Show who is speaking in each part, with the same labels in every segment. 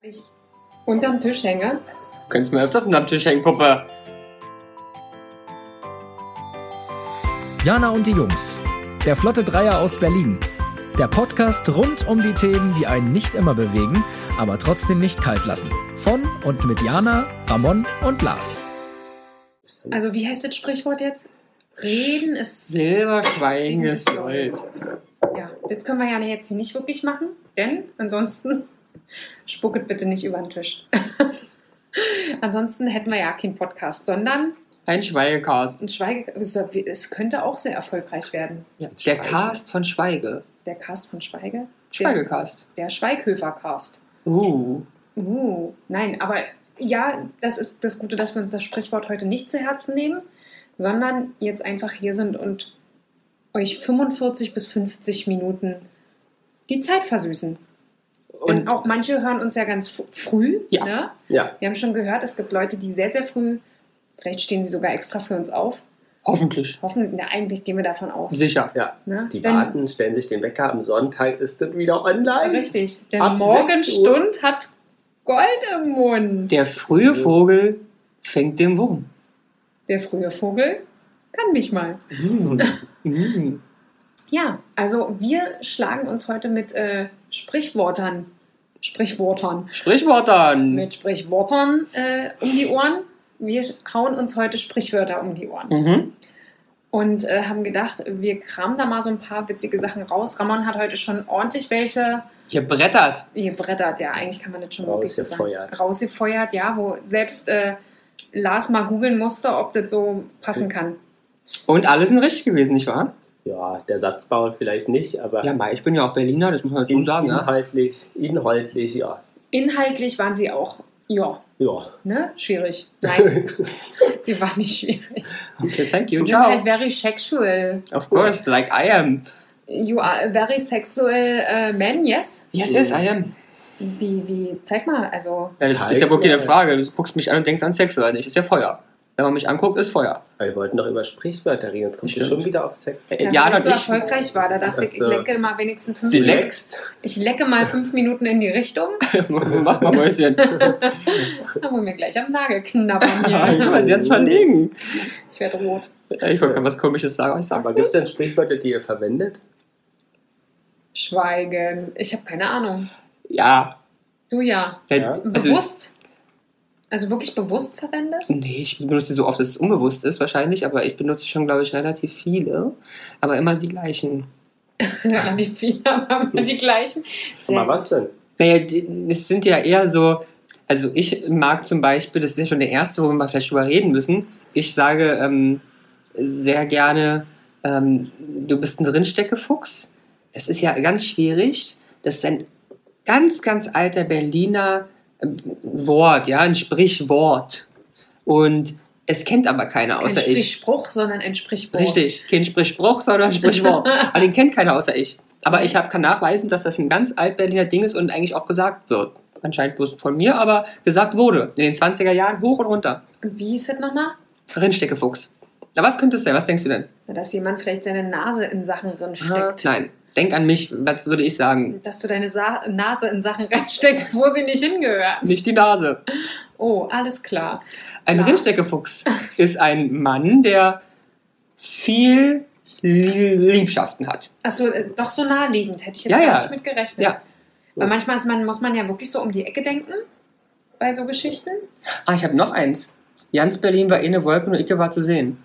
Speaker 1: ich unterm Tisch hänge.
Speaker 2: Könntest mir öfters unterm Tisch hängen, Puppe.
Speaker 3: Jana und die Jungs. Der Flotte Dreier aus Berlin. Der Podcast rund um die Themen, die einen nicht immer bewegen, aber trotzdem nicht kalt lassen. Von und mit Jana, Ramon und Lars.
Speaker 1: Also wie heißt das Sprichwort jetzt? Reden ist...
Speaker 2: Silberschweigen ist Gold.
Speaker 1: Ja, das können wir ja jetzt hier nicht wirklich machen, denn ansonsten spucket bitte nicht über den Tisch. ansonsten hätten wir ja keinen Podcast, sondern
Speaker 2: Ein Schweigecast.
Speaker 1: ein Schweige... also Es könnte auch sehr erfolgreich werden.
Speaker 2: Ja, der
Speaker 1: Schweige.
Speaker 2: Cast von Schweige.
Speaker 1: Der Cast von Schweige.
Speaker 2: Schweigecast.
Speaker 1: Der Schweighöfer-Cast.
Speaker 2: Uh.
Speaker 1: Uh, nein, aber ja, das ist das Gute, dass wir uns das Sprichwort heute nicht zu Herzen nehmen, sondern jetzt einfach hier sind und euch 45 bis 50 Minuten die Zeit versüßen. Und
Speaker 2: Und
Speaker 1: auch manche hören uns ja ganz fr- früh.
Speaker 2: Ja.
Speaker 1: Ne?
Speaker 2: ja,
Speaker 1: Wir haben schon gehört, es gibt Leute, die sehr, sehr früh, vielleicht stehen sie sogar extra für uns auf.
Speaker 2: hoffentlich.
Speaker 1: Hoffentlich, na, eigentlich gehen wir davon aus.
Speaker 2: Sicher.
Speaker 4: Ja,
Speaker 1: Ne?
Speaker 4: die
Speaker 1: Denn-
Speaker 4: warten, stellen sich den Wecker, am Sonntag ist das wieder online.
Speaker 1: Richtig, denn
Speaker 4: Ab 6 Uhr.
Speaker 1: Morgenstund hat Gold im Mund.
Speaker 2: Der frühe Vogel fängt den Wurm.
Speaker 1: Der frühe Vogel kann mich mal.
Speaker 2: Mm. Mm.
Speaker 1: Ja, also wir schlagen uns heute mit äh, Sprichwörtern, Sprichwörtern,
Speaker 2: Sprichwörtern.
Speaker 1: mit Sprichwörtern äh, um die Ohren. Wir hauen uns heute Sprichwörter um die Ohren
Speaker 2: Mhm.
Speaker 1: und äh, haben gedacht, wir kramen da mal so ein paar witzige Sachen raus. Ramon hat heute schon ordentlich welche
Speaker 2: Hier brettert.
Speaker 1: gebrettert. Ja, eigentlich kann man das schon wirklich so sagen.
Speaker 4: Rausgefeuert.
Speaker 1: Rausgefeuert, ja, wo selbst äh, Lars mal googeln musste, ob das so passen kann.
Speaker 2: Und alle sind richtig gewesen, nicht wahr?
Speaker 4: Ja, der Satzbau vielleicht nicht, aber
Speaker 2: Ja, Mai, ich bin ja auch Berliner, das muss man so
Speaker 4: in,
Speaker 2: sagen. Ja.
Speaker 4: inhaltlich, inhaltlich, ja.
Speaker 1: Inhaltlich waren sie auch, ja,
Speaker 4: Ja,
Speaker 1: ne, schwierig. Nein, sie waren nicht schwierig.
Speaker 2: Okay, thank you.
Speaker 1: You sind halt
Speaker 2: Ciao.
Speaker 1: very sexual.
Speaker 2: Of course, like I am.
Speaker 1: You are a very sexual äh, man, yes?
Speaker 2: Yes, yes, I am.
Speaker 1: Wie, wie, zeig mal, also,
Speaker 2: Ja, Das
Speaker 4: Zeig
Speaker 2: ist ja wirklich eine
Speaker 4: mal.
Speaker 2: Frage. Du guckst mich an und denkst an Sex oder nicht. Ist ja Feuer. Wenn man mich anguckt, ist Feuer.
Speaker 4: aber wir wollten doch über Sprichwörter reden, jetzt kommst du
Speaker 2: Stimmt.
Speaker 4: schon wieder auf Sex.
Speaker 2: Äh,
Speaker 1: ja, als
Speaker 2: Jana und
Speaker 1: so
Speaker 2: ich-
Speaker 1: erfolgreich war, da dachte ich, ich
Speaker 4: Also,
Speaker 1: lecke mal wenigstens fünf
Speaker 2: sie
Speaker 1: Minuten.
Speaker 2: leckt.
Speaker 4: Next.
Speaker 1: Ich lecke mal fünf Minuten in die Richtung,
Speaker 2: Mach mal Mäuschen.
Speaker 1: dann wollen wir gleich am Nagel knabbern
Speaker 2: Guck
Speaker 1: hier.
Speaker 2: mal, sie hat's verlegen.
Speaker 1: Ich werde rot.
Speaker 2: Ja, Ich wollte gerade was Komisches sagen, aber ich sag's
Speaker 4: Aber
Speaker 2: nicht.
Speaker 4: gibt es denn Sprichwörter, die ihr verwendet?
Speaker 1: Schweigen. Ich habe keine Ahnung.
Speaker 2: Ja.
Speaker 1: Du ja.
Speaker 2: ja. Also,
Speaker 1: Bewusst? Also wirklich bewusst verwendet?
Speaker 2: nee, ich benutze sie so oft, dass es unbewusst ist wahrscheinlich, aber ich benutze schon, glaube ich, relativ viele. Aber immer die gleichen.
Speaker 1: Ja, die vier haben immer die gleichen.
Speaker 4: Sag mal, was denn?
Speaker 2: Naja, die- es sind ja eher so, also ich mag zum Beispiel, das ist ja schon der erste, worüber wir vielleicht drüber reden müssen. Ich sage ähm, sehr gerne, ähm, du bist ein Drinsteckefuchs. Das ist ja ganz schwierig. Das ist ein ganz, ganz alter Berliner ähm, Wort, ja, ein Sprichwort. Und es kennt aber keiner
Speaker 1: Das ist
Speaker 2: außer
Speaker 1: kein
Speaker 2: ich.
Speaker 1: Sprichspruch, sondern ein Sprichwort.
Speaker 2: Richtig, kein Sprichspruch, sondern Sprichwort. Aber den kennt keiner außer ich. Aber ich hab, kann nachweisen, dass das ein ganz altberliner Ding ist und eigentlich auch gesagt wird. Anscheinend bloß von mir, aber gesagt wurde. In den 20er Jahren hoch und runter.
Speaker 1: Wie hieß das nochmal?
Speaker 2: Rindsteckefuchs. Na, was könnte es sein? Was denkst du denn?
Speaker 1: Na, Dass jemand vielleicht seine Nase in Sachen reinsteckt.
Speaker 2: Nein, denk an mich. Was würde ich sagen?
Speaker 1: Dass du deine Sa Nase in Sachen reinsteckst, wo sie nicht hingehört.
Speaker 2: Nicht die Nase.
Speaker 1: Oh, alles klar.
Speaker 2: Ein
Speaker 1: Lars.
Speaker 2: Rindsteckefuchs ist ein Mann, der viel Lie- Liebschaften hat.
Speaker 1: Achso, äh, doch so naheliegend. Hätte ich jetzt
Speaker 2: Ja,
Speaker 1: gar
Speaker 2: ja.
Speaker 1: nicht mit gerechnet.
Speaker 2: Ja.
Speaker 1: Weil manchmal ist man, muss man ja wirklich so um die Ecke denken bei so Geschichten.
Speaker 2: Ah, ich habe noch eins. Jans Berlin war eh eine Wolke und Icke war zu sehen.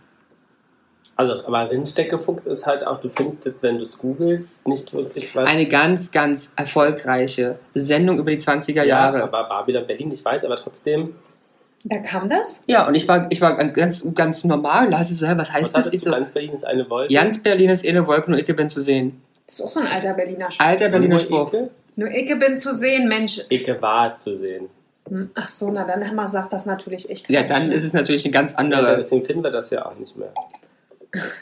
Speaker 4: Also, aber Rindsteckefuchs ist halt auch, du findest jetzt, wenn du es googelst, nicht wirklich was.
Speaker 2: Eine ganz, ganz erfolgreiche Sendung über die 20er
Speaker 4: ja,
Speaker 2: Jahre.
Speaker 4: aber war wieder Berlin, ich weiß, aber trotzdem.
Speaker 1: Da kam das.
Speaker 2: Ja, und ich war, ich war ganz, ganz, ganz normal. Da hast du so, hä, was heißt
Speaker 4: was
Speaker 2: das? Ich
Speaker 4: hattest du?
Speaker 2: so,
Speaker 4: Ganz Berlin ist eine Wolke.
Speaker 2: Jans Berlin ist eh eine Wolke, nur Icke bin zu sehen.
Speaker 1: Das ist auch so ein alter Berliner Spruch.
Speaker 2: Alter Berliner
Speaker 4: Nur
Speaker 2: Spruch.
Speaker 4: Ecke?
Speaker 1: Nur Icke bin zu sehen, Mensch.
Speaker 4: Ecke war zu sehen.
Speaker 1: Hm, Ach so, na dann haben wir sagt das natürlich echt.
Speaker 2: Ja,
Speaker 1: falsch,
Speaker 2: dann
Speaker 1: ne?
Speaker 2: ist es natürlich eine ganz
Speaker 4: Ja,
Speaker 2: andere.
Speaker 4: Also, deswegen finden wir das ja auch nicht mehr.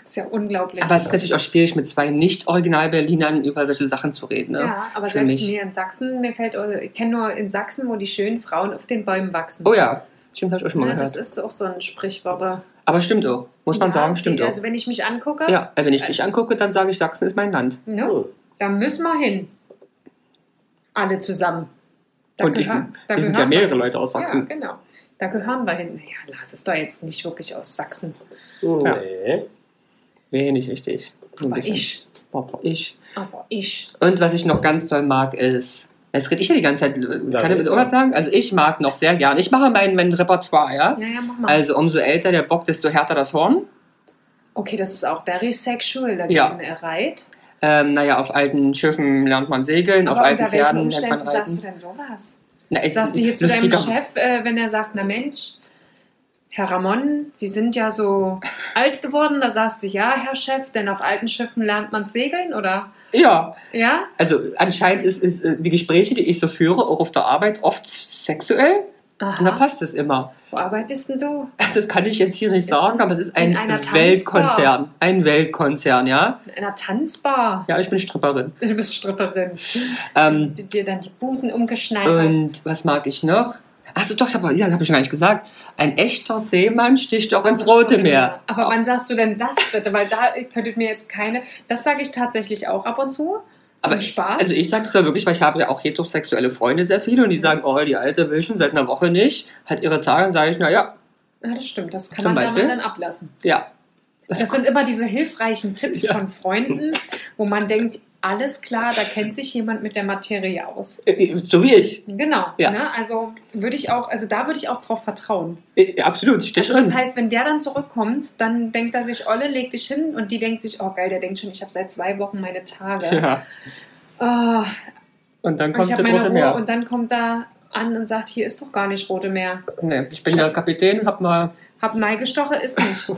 Speaker 1: Ist ja unglaublich.
Speaker 2: Aber es ist natürlich auch schwierig, mit zwei Nicht-Original-Berlinern über solche Sachen zu reden. Ne?
Speaker 1: ja, aber
Speaker 2: für
Speaker 1: selbst
Speaker 2: mich.
Speaker 1: mir in Sachsen, mir fällt, oder ich kenne nur in Sachsen, wo die schönen Frauen auf den Bäumen wachsen.
Speaker 2: Oh ja, stimmt, habe ich auch schon mal
Speaker 1: Ne, das
Speaker 2: gehört.
Speaker 1: ist auch so ein Sprichwort.
Speaker 2: Aber stimmt auch, muss man
Speaker 1: Ja,
Speaker 2: sagen, stimmt
Speaker 1: die-
Speaker 2: auch.
Speaker 1: Also wenn ich mich angucke,
Speaker 2: Ja, äh, wenn ich dich angucke, dann sage ich, Sachsen ist mein Land.
Speaker 1: ne,
Speaker 4: Hm.
Speaker 1: da müssen wir hin. Alle zusammen. Da
Speaker 2: Und ich-
Speaker 1: gehören- da
Speaker 2: Hier sind ja
Speaker 1: gehören
Speaker 2: mehrere
Speaker 1: wir-
Speaker 2: Leute aus Sachsen.
Speaker 1: Ja, genau. Da gehören wir hin. Naja, Lars ist doch jetzt nicht wirklich aus Sachsen.
Speaker 4: Nee.
Speaker 2: Nee, nicht richtig.
Speaker 1: Aber ich.
Speaker 2: Aber ich.
Speaker 1: Aber ich.
Speaker 2: Und was ich noch ganz toll mag, ist. Jetzt rede ich ja die ganze Zeit. Kann ich mit Orat sagen? Also, ich mag noch sehr gern. Ich mache mein, mein Repertoire,
Speaker 1: Ja,
Speaker 2: ja?
Speaker 1: ja, mach mal.
Speaker 2: Also, umso älter der Bock, desto härter das Horn.
Speaker 1: okay, das ist auch very sexual. Da
Speaker 2: Ja.
Speaker 1: gehen er reit.
Speaker 2: Ähm, naja, auf alten Schiffen lernt man segeln, auf
Speaker 1: Aber
Speaker 2: alten
Speaker 1: unter welchen
Speaker 2: Pferden lernt man
Speaker 1: Umständen sagst du
Speaker 2: reiten.
Speaker 1: denn sowas?
Speaker 2: Na, jetzt-
Speaker 1: Sagst du hier zu deinem
Speaker 2: lustiger-
Speaker 1: Chef, äh, wenn er sagt, na Mensch, Herr Ramon, Sie sind ja so alt geworden, da sagst du, ja, Herr Chef, denn auf alten Schiffen lernt man segeln, oder?
Speaker 2: Ja,
Speaker 1: Ja?
Speaker 2: also anscheinend ist, ist äh, die Gespräche, die ich so führe, auch auf der Arbeit oft sexuell. Und
Speaker 1: Aha.
Speaker 2: da passt es immer.
Speaker 1: Wo arbeitest denn du?
Speaker 2: Das kann ich jetzt hier nicht sagen, aber es ist ein
Speaker 1: In einer Tanzbar.
Speaker 2: Weltkonzern. Ein Weltkonzern, ja.
Speaker 1: In einer Tanzbar.
Speaker 2: Ja, ich bin Stripperin.
Speaker 1: Du bist Stripperin.
Speaker 2: Ähm,
Speaker 1: Du dir dann die Busen umgeschneit hast.
Speaker 2: und was mag ich noch? Achso, doch, aber, ja, habe ich schon gar nicht gesagt. Ein echter Seemann sticht auch ins Rote Meer.
Speaker 1: Aber wann sagst du denn das bitte? Weil da ihr könntet mir jetzt keine. Das sage ich tatsächlich auch ab und zu. Zum
Speaker 2: Aber-
Speaker 1: Spaß.
Speaker 2: Also ich sage es ja wirklich, weil ich habe ja auch heterosexuelle Freunde sehr viele und die sagen, oh, die Alte will schon seit einer Woche nicht, hat ihre Tage, dann sage ich, naja,
Speaker 1: ja, das stimmt. Das kann
Speaker 2: Zum
Speaker 1: man da mal
Speaker 2: Beispiel?
Speaker 1: dann ablassen.
Speaker 2: ja.
Speaker 1: Das sind immer diese hilfreichen Tipps
Speaker 2: Ja.
Speaker 1: von Freunden, wo man denkt, alles klar, da kennt sich jemand mit der Materie aus.
Speaker 2: Äh, So wie ich.
Speaker 1: Genau.
Speaker 2: Ja.
Speaker 1: Ne? Also würde ich auch, also da würde ich auch drauf vertrauen.
Speaker 2: Äh, Absolut, stich
Speaker 1: Also
Speaker 2: drin.
Speaker 1: das heißt, wenn der dann zurückkommt, dann denkt er sich, Olle, leg dich hin und die denkt sich, oh geil, der denkt schon, ich habe seit zwei Wochen meine Tage.
Speaker 2: ja.
Speaker 1: Oh,
Speaker 2: Und dann
Speaker 1: äh, und
Speaker 2: kommt
Speaker 1: ich
Speaker 2: der
Speaker 1: habe meine
Speaker 2: Rote
Speaker 1: Ruhe
Speaker 2: Meer.
Speaker 1: und dann kommt er an und sagt, hier ist doch gar nicht Rote Meer.
Speaker 2: Nee, ich bin der Kapitän, hab mal.
Speaker 1: Hab Mai gestochen, ist nicht.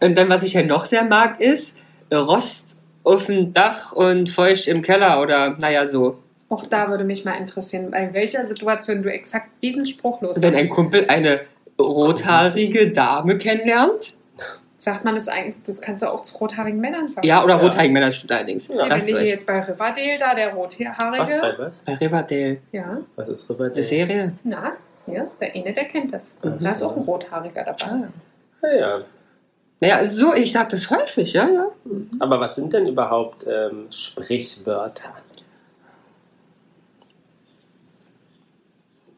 Speaker 2: Und dann, was ich ja noch sehr mag, ist äh, Rost auf dem Dach und feucht im Keller oder naja so.
Speaker 1: Auch da würde mich mal interessieren, bei welcher Situation du exakt diesen Spruch
Speaker 2: Wenn
Speaker 1: loslässt.
Speaker 2: ein Kumpel eine rothaarige Dame kennenlernt.
Speaker 1: Sagt man das eigentlich, das kannst du auch zu rothaarigen Männern sagen.
Speaker 2: Ja, oder
Speaker 4: Ja.
Speaker 2: rothaarige Männer stimmt allerdings.
Speaker 4: Ja.
Speaker 1: Wenn
Speaker 2: Das
Speaker 1: du
Speaker 2: weiß
Speaker 1: hier
Speaker 2: ich.
Speaker 1: jetzt bei Riverdale da, der
Speaker 4: Was,
Speaker 1: Rothaarige.
Speaker 4: bei was?
Speaker 2: Bei Riverdale,
Speaker 1: Ja,
Speaker 4: Was ist Riverdale?
Speaker 2: eine Serie.
Speaker 1: na, hier, der eine, der kennt das.
Speaker 2: Mhm.
Speaker 1: Da ist auch ein Rothaariger dabei.
Speaker 4: Ah, ja.
Speaker 2: Naja, so, ich sag das häufig, ja, ja.
Speaker 4: Aber was sind denn überhaupt ähm, Sprichwörter?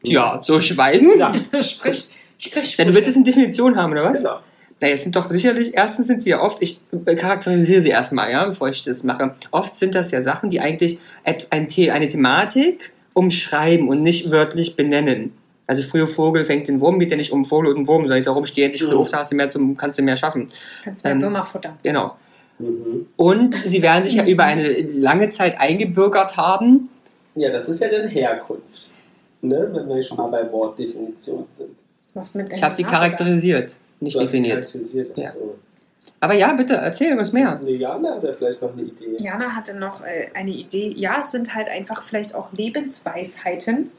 Speaker 2: Ja, so schweigen.
Speaker 4: Ja,
Speaker 1: Sprich, sprich,
Speaker 2: Ah. Ja,
Speaker 1: sprich.
Speaker 2: du willst jetzt eine Definition haben, oder was?
Speaker 4: genau.
Speaker 2: Naja, es sind doch sicherlich, erstens sind sie ja oft, ich äh, charakterisiere sie erstmal, ja, bevor ich das mache. Oft sind das ja Sachen, die eigentlich et- ein The eine Thematik umschreiben und nicht wörtlich benennen. Also früher Vogel fängt den Wurm, geht ja nicht um Vogel und einen Wurm, sondern darum steh endlich früh
Speaker 4: Mhm.
Speaker 2: auf, da hast du mehr zum, kannst du mehr schaffen.
Speaker 1: kannst du mir
Speaker 2: ähm,
Speaker 1: Würmer futtern.
Speaker 2: Genau.
Speaker 4: Mhm.
Speaker 2: Und sie werden sich
Speaker 1: Mhm.
Speaker 2: ja über eine lange Zeit eingebürgert haben.
Speaker 4: Ja, das ist ja dann Herkunft. Ne? Wenn wir schon mal bei Wortdefinition sind.
Speaker 1: Was machst du mit
Speaker 2: Ich
Speaker 1: deiner
Speaker 2: habe sie
Speaker 1: Nase da?
Speaker 2: charakterisiert, nicht
Speaker 4: Du hast
Speaker 2: definiert.
Speaker 4: charakterisiert, das
Speaker 2: Ja.
Speaker 4: so.
Speaker 2: Aber ja, bitte, erzähl was mehr.
Speaker 4: Nee, Jana hat da vielleicht noch eine Idee.
Speaker 1: Jana hatte noch äh, eine Idee. Ja, es sind halt einfach vielleicht auch Lebensweisheiten,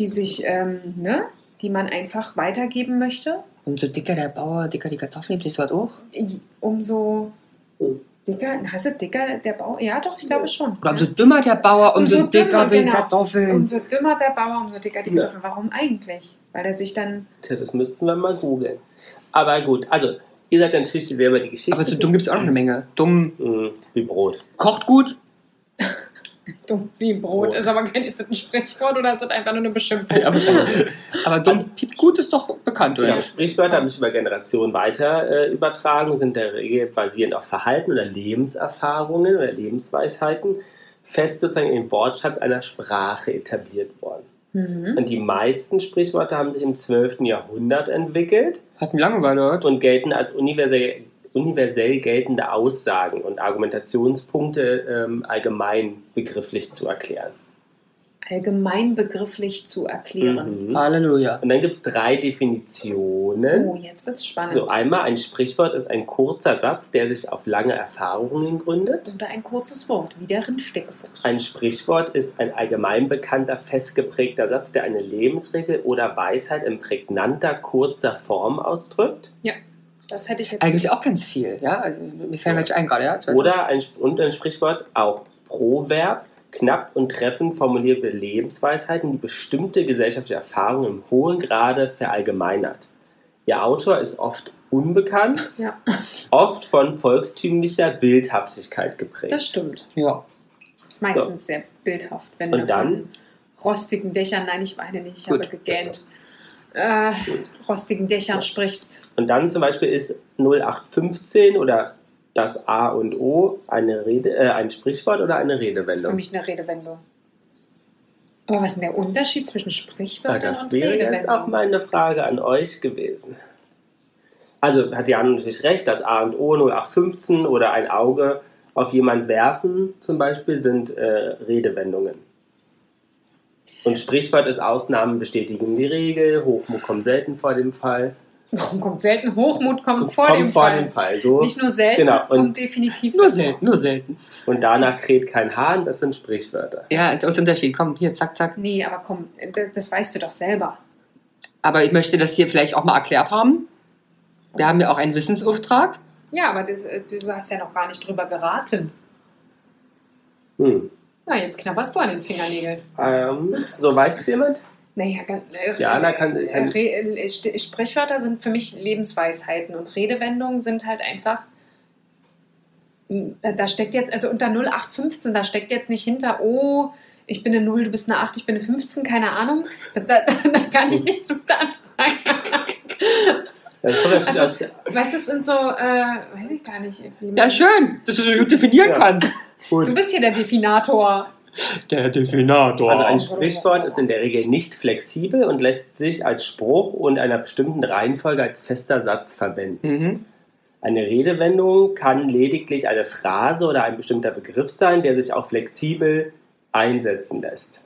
Speaker 1: die sich, ähm, ne, die man einfach weitergeben möchte.
Speaker 2: Umso dicker der Bauer, dicker die Kartoffeln, vielleicht was auch.
Speaker 1: Umso
Speaker 4: Mhm.
Speaker 1: dicker, hast du dicker der Bau? Ja, doch, ich glaube schon.
Speaker 2: Hm. Oder umso dümmer der Bauer, umso,
Speaker 1: Umso
Speaker 2: dicker
Speaker 1: dümmer,
Speaker 2: die
Speaker 1: genau.
Speaker 2: Kartoffeln.
Speaker 1: Umso dümmer der Bauer, umso dicker die
Speaker 4: Ja.
Speaker 1: Kartoffel. Warum eigentlich? Weil er sich dann.
Speaker 4: Tja, das müssten wir mal googeln. Aber gut, also, ihr seid natürlich selber die Geschichte.
Speaker 2: Aber zu dumm gibt es auch noch eine Menge. Dumm
Speaker 4: Mhm, wie Brot.
Speaker 2: kocht gut.
Speaker 1: Dumm wie ein Brot.
Speaker 4: Brot.
Speaker 1: Ist aber kein, ist das ein Sprichwort oder ist das einfach nur eine Beschimpfung?
Speaker 2: Ja, wahrscheinlich. Aber dumm piept gut ist doch bekannt, oder?
Speaker 4: Ja, Genau. Sprichwörter haben sich über Generationen weiter äh, übertragen, sind in der Regel basierend auf Verhalten oder Lebenserfahrungen oder Lebensweisheiten fest sozusagen im Wortschatz einer Sprache etabliert worden.
Speaker 1: Mhm.
Speaker 4: Und die meisten Sprichwörter haben sich im 12. Jahrhundert entwickelt
Speaker 2: Hat mir Langeweile heute.
Speaker 4: und gelten als universell, universell geltende Aussagen und Argumentationspunkte ähm, allgemein begrifflich zu erklären.
Speaker 1: Allgemein begrifflich zu erklären.
Speaker 4: Mhm.
Speaker 2: Halleluja.
Speaker 4: Und dann gibt es drei Definitionen.
Speaker 1: Oh, jetzt wird's spannend.
Speaker 4: Mhm. So, einmal ein Sprichwort ist ein kurzer Satz, der sich auf lange Erfahrungen gründet.
Speaker 1: Oder ein kurzes Wort, wie der Rindsteckefuchs.
Speaker 4: Ein Sprichwort ist ein allgemein bekannter, festgeprägter Satz, der eine Lebensregel oder Weisheit in prägnanter, kurzer Form ausdrückt.
Speaker 1: Das hätte ich jetzt.
Speaker 2: Eigentlich auch ganz viel, ja? Also, Mir fällt welche ein gerade, ja?
Speaker 4: Oder ein, Sp- und ein Sprichwort auch Proverb, knapp und treffend formulierte Lebensweisheiten, die bestimmte gesellschaftliche Erfahrungen im hohen Grade verallgemeinert. Ihr Autor ist oft unbekannt,
Speaker 1: Ja.
Speaker 4: oft von volkstümlicher Bildhaftigkeit geprägt.
Speaker 1: das stimmt.
Speaker 2: Ja.
Speaker 1: Ist meistens sehr bildhaft, wenn
Speaker 4: Und
Speaker 1: du
Speaker 4: dann?
Speaker 1: von rostigen Dächern, nein, ich weine nicht, ich habe
Speaker 2: Gut.
Speaker 1: gegähnt, äh, rostigen Dächern sprichst.
Speaker 4: Und dann zum Beispiel ist 0815 oder das A und O eine Rede, äh, ein Sprichwort oder eine
Speaker 1: Das ist für
Speaker 4: Redewendung.
Speaker 1: mich eine Redewendung. Aber was ist denn der Unterschied zwischen
Speaker 4: Ja,
Speaker 1: Sprichwörtern
Speaker 4: das
Speaker 1: und
Speaker 4: wäre jetzt auch
Speaker 1: Redewendungen?
Speaker 4: meine Frage an euch gewesen. Also hat Jan natürlich recht, das A und O 0815 oder ein Auge auf jemand werfen zum Beispiel sind äh, Redewendungen. Und Sprichwort ist Ausnahmen bestätigen die Regel, Hochmut kommt selten vor dem Fall.
Speaker 1: Warum kommt selten Hochmut, kommt vor,
Speaker 4: Kommt
Speaker 1: dem, Fall.
Speaker 4: Fall, so.
Speaker 1: Nicht nur selten,
Speaker 4: Genau,
Speaker 1: es kommt
Speaker 4: und-
Speaker 1: definitiv
Speaker 2: Nur
Speaker 1: davor.
Speaker 2: selten, nur selten.
Speaker 4: Und danach kräht kein Hahn, das sind Sprichwörter.
Speaker 2: Ja, das ist der Unterschied. Komm, hier, zack, zack.
Speaker 1: Nee, aber komm, das, das weißt du doch selber.
Speaker 2: Aber ich möchte das hier vielleicht auch mal erklärt haben. Wir haben ja auch einen Wissensauftrag.
Speaker 1: Ja, aber das, äh, du hast ja noch gar nicht drüber geraten.
Speaker 4: Hm.
Speaker 1: Na, jetzt knabberst du an den Fingernägeln.
Speaker 4: Ähm, so weiß es jemand?
Speaker 1: Naja, ganz, äh,
Speaker 4: Ja, da kann-
Speaker 1: äh,
Speaker 4: kann-
Speaker 1: Re, äh, St- Sprichwörter sind für mich Lebensweisheiten und Redewendungen sind halt einfach. m, Da, da steckt jetzt, also unter 0815, da steckt jetzt nicht hinter, oh, ich bin eine 0, du bist eine 8, ich bin eine 15, keine Ahnung. Da, da, da kann ich nichts mit anfangen.
Speaker 4: Das kommt natürlich
Speaker 1: Also-
Speaker 4: aus,
Speaker 1: Weißt du, es sind so, äh, weiß ich gar nicht. wie man-
Speaker 2: Ja, schön, dass du so gut definieren
Speaker 4: Ja.
Speaker 2: kannst.
Speaker 1: Du
Speaker 4: gut.
Speaker 1: bist hier der Definator.
Speaker 2: Der Definator.
Speaker 4: Also ein Sprichwort ist in der Regel nicht flexibel und lässt sich als Spruch und einer bestimmten Reihenfolge als fester Satz verwenden.
Speaker 2: mhm.
Speaker 4: Eine Redewendung kann lediglich eine Phrase oder ein bestimmter Begriff sein, der sich auch flexibel einsetzen lässt.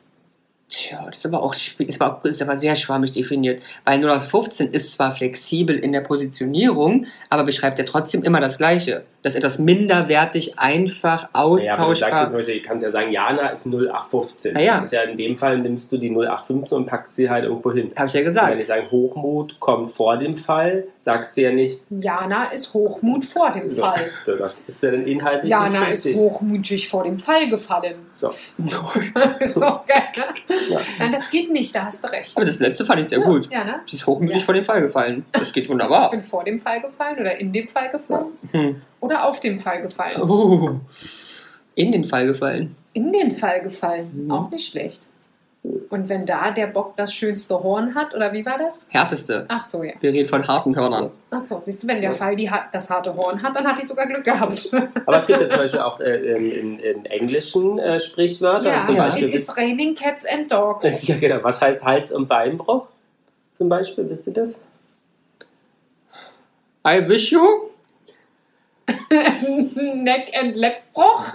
Speaker 2: Tja, das ist aber auch sp- ist aber, ist aber sehr schwammig definiert. Weil 0815 ist zwar flexibel in der Positionierung, aber beschreibt ja trotzdem immer das Gleiche. Das ist etwas minderwertig, einfach,
Speaker 4: Ja, aber du sagst jetzt
Speaker 2: austauschbar.
Speaker 4: zum Beispiel, du kannst ja sagen, Jana ist 0815.
Speaker 2: Na ja.
Speaker 4: Das ist ja in dem Fall, nimmst du die 0815 und packst sie halt irgendwo hin.
Speaker 2: Habe ich ja
Speaker 4: Wenn
Speaker 2: gesagt.
Speaker 4: ich sage, Hochmut kommt vor dem Fall, sagst du ja nicht,
Speaker 1: Jana ist Hochmut vor dem
Speaker 4: So,
Speaker 1: Fall.
Speaker 4: So, das ist ja dann inhaltlich
Speaker 1: Jana
Speaker 4: nicht
Speaker 1: ist
Speaker 4: richtig.
Speaker 1: hochmütig vor dem Fall gefallen.
Speaker 4: So.
Speaker 1: so geil, ne?
Speaker 4: Ja.
Speaker 1: Nein, das geht nicht, da hast du recht.
Speaker 2: Aber das letzte fand ich sehr gut.
Speaker 1: Ja, ne?
Speaker 2: Das ist hochmütig
Speaker 1: Ja.
Speaker 2: vor den Fall gefallen. Das geht
Speaker 1: Ich
Speaker 2: wunderbar.
Speaker 1: bin vor dem Fall gefallen oder in dem Fall gefallen
Speaker 2: Hm.
Speaker 1: oder auf dem Fall gefallen.
Speaker 2: Oh. In den Fall gefallen.
Speaker 1: In den Fall gefallen,
Speaker 4: Hm.
Speaker 2: Mhm.
Speaker 1: auch nicht schlecht. Und wenn da der Bock das schönste Horn hat, oder wie war das?
Speaker 2: Härteste.
Speaker 1: Ach so, ja.
Speaker 2: Wir reden von harten Hörnern.
Speaker 1: Ach so, siehst du, wenn der Fall die, ha- das harte Horn hat, dann hatte ich sogar Glück gehabt.
Speaker 4: Aber es gibt ja zum Beispiel auch äh, in, in, in englischen äh, Sprichwörter.
Speaker 1: ja,
Speaker 4: zum
Speaker 2: ja.
Speaker 4: Beispiel,
Speaker 1: it is raining cats and dogs.
Speaker 4: ja, genau. Was heißt Hals- und Beinbruch? Zum Beispiel, wisst ihr das?
Speaker 2: I wish you.
Speaker 1: Neck and Leg Bruch.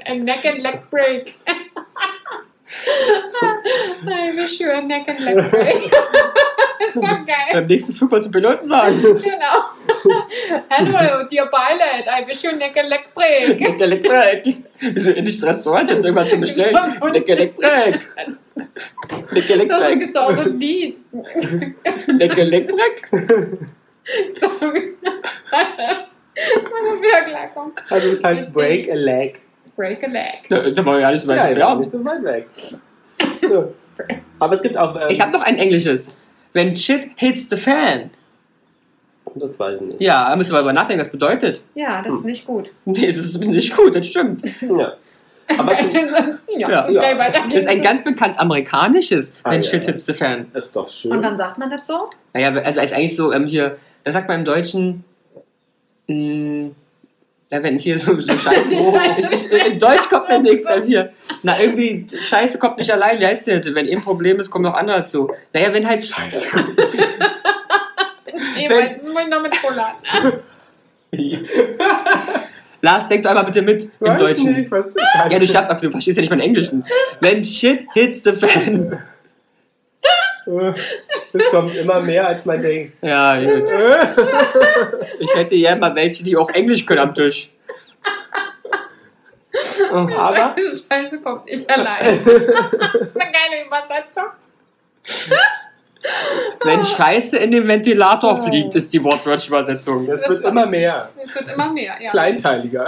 Speaker 1: neck and Leg Break. I wish you a neck and leg break. ist doch geil.
Speaker 2: Beim nächsten Flug mal zum Piloten sagen.
Speaker 1: Genau. Hello, dear pilot. I wish you a neck and leg break.
Speaker 2: Lecker, lecker, endlich. Wir sind endlich das Restaurant, jetzt irgendwann zu bestellen. Lecker, lecker. Lecker,
Speaker 1: Das
Speaker 2: lecker.
Speaker 1: gibt es auch so ein Lied.
Speaker 2: Lecker, lecker.
Speaker 1: So. Man muss wieder klarkommen.
Speaker 4: Also es heißt Break a Leg.
Speaker 1: Break a leg.
Speaker 2: Da, da war ja nicht so weit
Speaker 4: Ja, genau, ja,
Speaker 2: entfernt.
Speaker 4: nicht so weit weg. So. Aber es gibt auch. Ähm,
Speaker 2: Ich habe noch ein englisches. Wenn shit hits the fan.
Speaker 4: das weiß ich nicht.
Speaker 2: Ja, da müssen wir aber nachdenken, was bedeutet.
Speaker 1: Ja, das ist
Speaker 2: Hm.
Speaker 1: nicht gut.
Speaker 2: Nee, es ist nicht gut, das stimmt.
Speaker 4: Ja. Aber zum-
Speaker 1: Also, ja,
Speaker 2: Ja.
Speaker 1: okay, weiter
Speaker 2: Das ist ein
Speaker 1: geht's.
Speaker 2: ganz bekanntes amerikanisches,
Speaker 4: Ah,
Speaker 2: wenn
Speaker 4: ja,
Speaker 2: shit
Speaker 4: ja.
Speaker 2: hits the fan.
Speaker 4: das ist doch schön.
Speaker 1: Und wann sagt man das so?
Speaker 2: Naja, also ist eigentlich so ähm, hier, da sagt man im Deutschen, mh, ja, wenn hier so, so Scheiße, oh, ich, ich, in Deutsch kommt mir nichts, ähm, hier, na irgendwie, Scheiße kommt nicht allein, wie heißt der denn? Wenn ein Problem ist, kommen noch andere dazu. Naja, wenn halt Scheiße kommt.
Speaker 1: Nee,
Speaker 2: Wenn's-
Speaker 1: meistens muss ich noch mit Polar.
Speaker 2: Lars, denk doch einmal bitte mit im
Speaker 4: Weiß
Speaker 2: Deutschen.
Speaker 4: Nicht, was du scheiße.
Speaker 2: Ja, du schaffst, aber du verstehst ja nicht mein Englischen. Wenn shit hits the fan.
Speaker 4: äh, Es kommt immer mehr, als man denkt.
Speaker 2: Ja, gut. Ich hätte ja mal welche, die auch Englisch können am Tisch. Oh,
Speaker 4: Aber
Speaker 1: Diese Scheiße kommt nicht allein. das ist eine geile Übersetzung.
Speaker 2: Wenn Scheiße in den Ventilator fliegt, ist die wortwörtliche Übersetzung.
Speaker 4: es
Speaker 1: Das
Speaker 4: wird
Speaker 1: war's.
Speaker 4: immer mehr.
Speaker 1: Es wird immer mehr, ja.
Speaker 4: kleinteiliger.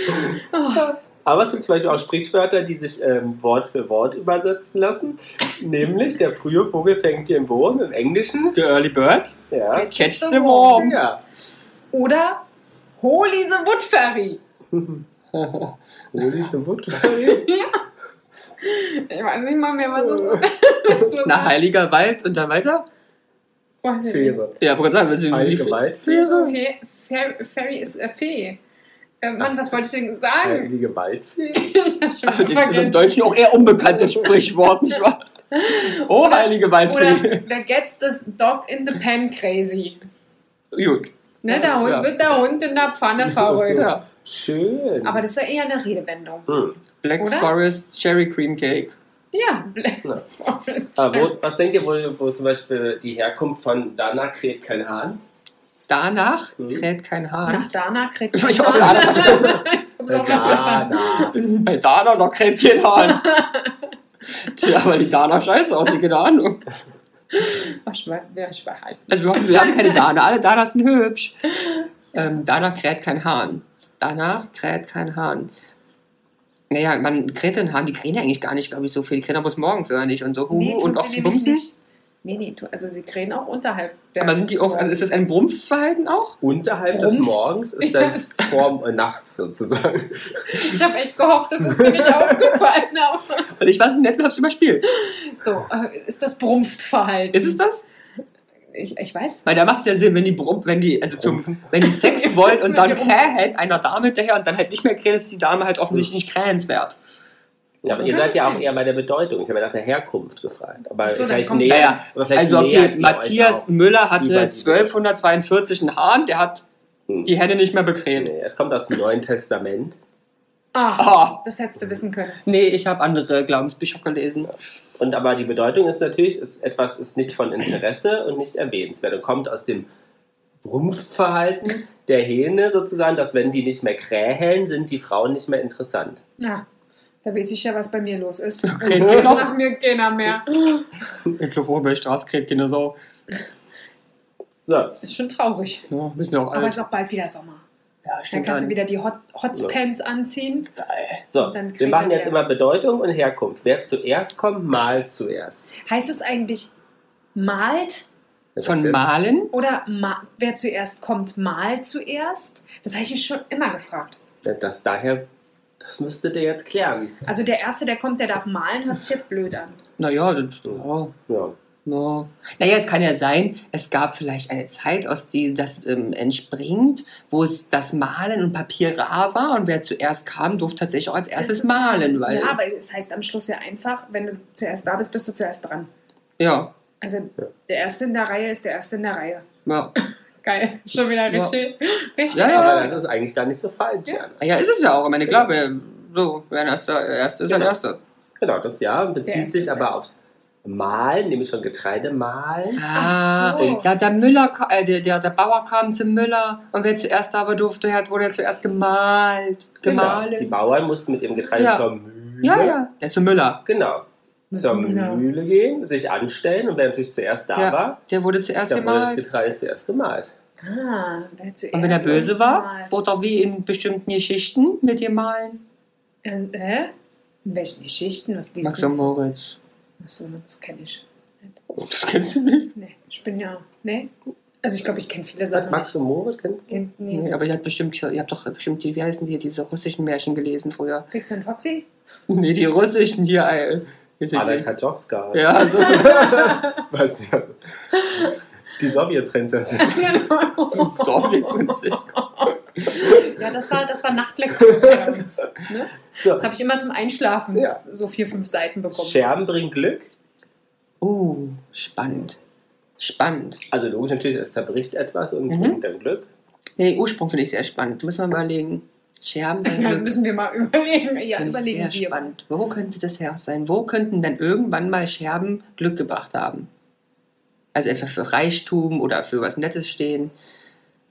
Speaker 4: Aber es gibt zum Beispiel auch Sprichwörter, die sich ähm, Wort für Wort übersetzen lassen. Nämlich der frühe Vogel fängt den Wurm im Englischen.
Speaker 2: The Early Bird
Speaker 4: Ja.
Speaker 2: catch the worm.
Speaker 4: Ja.
Speaker 1: Oder Holy the Wood Fairy.
Speaker 4: Holy the Wood Fairy.
Speaker 1: Ich weiß nicht mal mehr, was es ist. Das muss
Speaker 2: Oh. Na, heiliger Wald und dann weiter?
Speaker 1: sein.
Speaker 4: Fähre.
Speaker 2: Ja, wollte gerade sagen, wir
Speaker 4: Heilige
Speaker 2: sind
Speaker 4: Waldfähre.
Speaker 1: Fe- Fer- Fairy ist äh, Fee. Äh, Mann, was wollte ich denn sagen?
Speaker 4: Heilige Waldfähre.
Speaker 1: Ich hab schon
Speaker 2: Das ist im
Speaker 1: vergessen.
Speaker 2: Deutschen auch eher unbekanntes Sprichwort, nicht wahr? Oh, heilige Waldfee.
Speaker 1: Oder wer gets this dog in the pan crazy?
Speaker 2: Gut.
Speaker 1: Ne, der Hund
Speaker 2: Ja.
Speaker 1: wird der Hund in der Pfanne verrückt.
Speaker 2: Ja.
Speaker 4: Schön.
Speaker 1: Aber das ist ja eher eine Redewendung.
Speaker 4: hm.
Speaker 2: Black
Speaker 1: Oder?
Speaker 2: Forest Cherry Cream Cake.
Speaker 1: Ja, Black
Speaker 4: Ja.
Speaker 1: Forest.
Speaker 4: Aber wo, was denkt ihr, wo, wo zum Beispiel die Herkunft von Dana kräht kein Hahn?
Speaker 2: Danach
Speaker 4: Mhm.
Speaker 2: kräht kein
Speaker 1: Nach
Speaker 2: Hahn.
Speaker 1: Dana kriegt
Speaker 2: Ich hab auch Dana verstanden.
Speaker 1: Ich hab's auch was verstanden.
Speaker 2: Bei Dana, da kräht kein Hahn. Tja, aber die Dana scheiße aus, keine Ahnung.
Speaker 1: Oh, schwer, ja, schwer halt.
Speaker 2: Also wir, hoffen, wir haben keine Dana, alle Danas sind hübsch. Ähm, danach kräht kein Hahn. Danach kräht kein Hahn. Naja, man kräht den Hahn, die krähen ja eigentlich gar nicht, glaube ich, so viel. Die krähen aber bis morgens, oder nicht? Und so, huhu, Oh, und auch die Bumsen.
Speaker 1: Nee, nee, tu, also sie krähen auch unterhalb der
Speaker 2: Aber sind die auch, also ist das ein Brumpfsverhalten auch?
Speaker 4: Unterhalb des
Speaker 1: Rumpft's.
Speaker 4: Morgens ist dann vor äh, nachts sozusagen.
Speaker 1: Ich habe echt gehofft, das ist dir nicht aufgefallen. aber-
Speaker 2: Und ich war so nett und hab's überspielt.
Speaker 1: So, äh, ist das Brumpftverhalten?
Speaker 2: Ist es das?
Speaker 1: Ich, ich weiß es
Speaker 2: Weil da macht's ja Sinn, wenn die Brum, wenn die, also zum,
Speaker 4: Rumpfen.
Speaker 2: wenn die Sex wollen und
Speaker 1: Mit
Speaker 2: dann
Speaker 1: dem-
Speaker 2: krähen halt einer Dame hinterher und dann halt nicht mehr krähen, ist die Dame halt offensichtlich nicht krähenswert.
Speaker 4: Ja, aber
Speaker 1: Das
Speaker 4: ihr
Speaker 1: könnte
Speaker 4: seid ja auch
Speaker 1: sein.
Speaker 4: eher bei der Bedeutung. Ich habe ja nach der Herkunft gefragt. Aber
Speaker 1: Ach so, dann
Speaker 4: vielleicht
Speaker 1: kommt's-
Speaker 4: näher,
Speaker 2: Ja, ja.
Speaker 4: aber vielleicht
Speaker 2: Also
Speaker 4: nähert
Speaker 2: okay,
Speaker 4: ihr
Speaker 2: Matthias
Speaker 4: euch
Speaker 2: Müller hatte
Speaker 4: über die-
Speaker 2: 1242 einen Hahn, der hat
Speaker 4: auch. Hm.
Speaker 2: die Hände nicht mehr bekräht.
Speaker 4: Nee, es kommt aus dem Neuen Testament.
Speaker 1: Ah,
Speaker 2: Ah.
Speaker 1: das hättest du wissen können.
Speaker 2: Nee, ich habe andere Glaubensbücher gelesen.
Speaker 4: Und aber die Bedeutung ist natürlich, ist, etwas ist nicht von Interesse und nicht erwähnenswert und kommt aus dem Brumpfverhalten der Hähne sozusagen, dass wenn die nicht mehr krähen, sind die Frauen nicht mehr interessant.
Speaker 1: Na, da weiß ich ja, was bei mir los ist.
Speaker 2: Kräht
Speaker 1: Und
Speaker 2: keiner.
Speaker 1: Nach mir keiner mehr.
Speaker 2: In Klofobe Straße kräht keine Sau.
Speaker 4: So,
Speaker 1: Ist schon traurig.
Speaker 2: Ja, wissen ja auch
Speaker 1: Aber es
Speaker 2: alles.
Speaker 1: ist auch bald wieder Sommer.
Speaker 2: Ja,
Speaker 1: Dann
Speaker 2: stimmt
Speaker 1: kannst du
Speaker 2: an.
Speaker 1: wieder die Hot, Hotspants anziehen.
Speaker 4: so.
Speaker 1: Dann kräht
Speaker 4: wir machen
Speaker 1: er
Speaker 4: jetzt
Speaker 1: wieder.
Speaker 4: immer Bedeutung und Herkunft. Wer zuerst kommt, mal zuerst.
Speaker 1: Heißt es eigentlich malt
Speaker 4: Das ist
Speaker 2: Von
Speaker 4: jetzt-
Speaker 2: Malen?
Speaker 1: oder ma wer zuerst kommt, malt zuerst? Das habe ich mich schon immer gefragt.
Speaker 4: Das daher, das müsstet ihr jetzt klären.
Speaker 1: Also der Erste, der kommt, der darf malen, hört sich jetzt blöd an.
Speaker 2: Naja, das.
Speaker 4: Hm.
Speaker 2: Ja.
Speaker 4: Ja.
Speaker 2: No. Naja, es kann ja sein, es gab vielleicht eine Zeit, aus der das ähm, entspringt, wo es das Malen und Papier rar war und wer zuerst kam, durfte tatsächlich auch als erstes malen, weil.
Speaker 1: ja, aber es heißt am Schluss ja einfach, wenn du zuerst da bist, bist du zuerst dran.
Speaker 2: ja,
Speaker 1: Also
Speaker 4: Ja.
Speaker 1: der Erste in der Reihe ist der Erste in der Reihe.
Speaker 2: ja.
Speaker 1: Geil, schon wieder
Speaker 2: Ja.
Speaker 1: richtig. richtig
Speaker 2: Ja, ja.
Speaker 4: Aber das ist eigentlich gar nicht so falsch,
Speaker 1: Ja.
Speaker 4: Jana.
Speaker 2: Ja, ist es ja auch. Ich meine, klar, wer, so, wer ein erster, äh, erster ist, ein
Speaker 4: Genau.
Speaker 2: erster.
Speaker 4: Genau, das Ja
Speaker 1: Der
Speaker 4: bezieht
Speaker 1: ist
Speaker 4: sich aber
Speaker 1: zuerst.
Speaker 4: aufs Malen, nämlich von Getreide malen.
Speaker 1: Ach so.
Speaker 2: Ja, Ah. der Müller, ka- äh, der, der, der Bauer kam zum Müller und wer zuerst aber durfte, hat, wurde zuerst gemalt.
Speaker 4: Genau. Die
Speaker 2: Gemahlen.
Speaker 4: Bauern mussten mit ihrem Getreide
Speaker 2: Ja.
Speaker 4: zur Mühle.
Speaker 2: Ja, ja. Der zum Müller.
Speaker 4: Genau. Zur
Speaker 1: Mühle.
Speaker 4: Mühle gehen, sich anstellen und wer natürlich zuerst da
Speaker 2: Ja,
Speaker 4: war,
Speaker 2: Der wurde zuerst
Speaker 4: dann wurde das
Speaker 2: gemalt.
Speaker 4: Getreide zuerst gemalt.
Speaker 1: Ah, wer zuerst
Speaker 2: Und wenn er böse war,
Speaker 1: malt.
Speaker 2: wurde er wie in bestimmten Geschichten mit ihm malen.
Speaker 1: Äh, hä? In welchen Geschichten? Was liest
Speaker 2: Max und
Speaker 1: du?
Speaker 2: Moritz. Oh,
Speaker 1: Achso, das kenne ich.
Speaker 2: Das kennst du nicht?
Speaker 1: Nee, ich bin ja. Nee? Also ich glaube, ich kenne viele
Speaker 4: Sagt
Speaker 1: Sachen.
Speaker 4: Max und Moritz, kennst du?
Speaker 1: nicht. Nee.
Speaker 2: Nee, aber ihr habt bestimmt, ihr habt doch bestimmt die, wie heißen die, diese russischen Märchen gelesen früher.
Speaker 1: Pixel und Foxy?
Speaker 2: Nee, die russischen hier, ey. Weiß ich
Speaker 4: Anna
Speaker 2: nicht.
Speaker 4: Kaczowska.
Speaker 2: Ja, so.
Speaker 4: Weiß nicht, was- Die Sowjetprinzessin.
Speaker 2: Die Sowjetprinzessin.
Speaker 1: ja, das war, das war Nachtlektüre bei uns. Ne?
Speaker 4: So.
Speaker 1: Das habe ich immer zum Einschlafen
Speaker 4: Ja.
Speaker 1: so vier, fünf Seiten bekommen.
Speaker 4: Scherben bringen Glück.
Speaker 2: Oh, spannend. Spannend.
Speaker 4: Also logisch natürlich, es zerbricht etwas und
Speaker 2: Mhm.
Speaker 4: bringt dann Glück.
Speaker 2: Nee, den Ursprung finde ich sehr spannend. Müssen wir mal überlegen. Scherben.
Speaker 1: Ja, müssen wir mal überlegen. Ja,
Speaker 2: Finde ich
Speaker 1: überlegen
Speaker 2: sehr
Speaker 1: wir. mal.
Speaker 2: spannend. Wo könnte das her sein? Wo könnten dann irgendwann mal Scherben Glück gebracht haben? Also etwa für Reichtum oder für was Nettes stehen.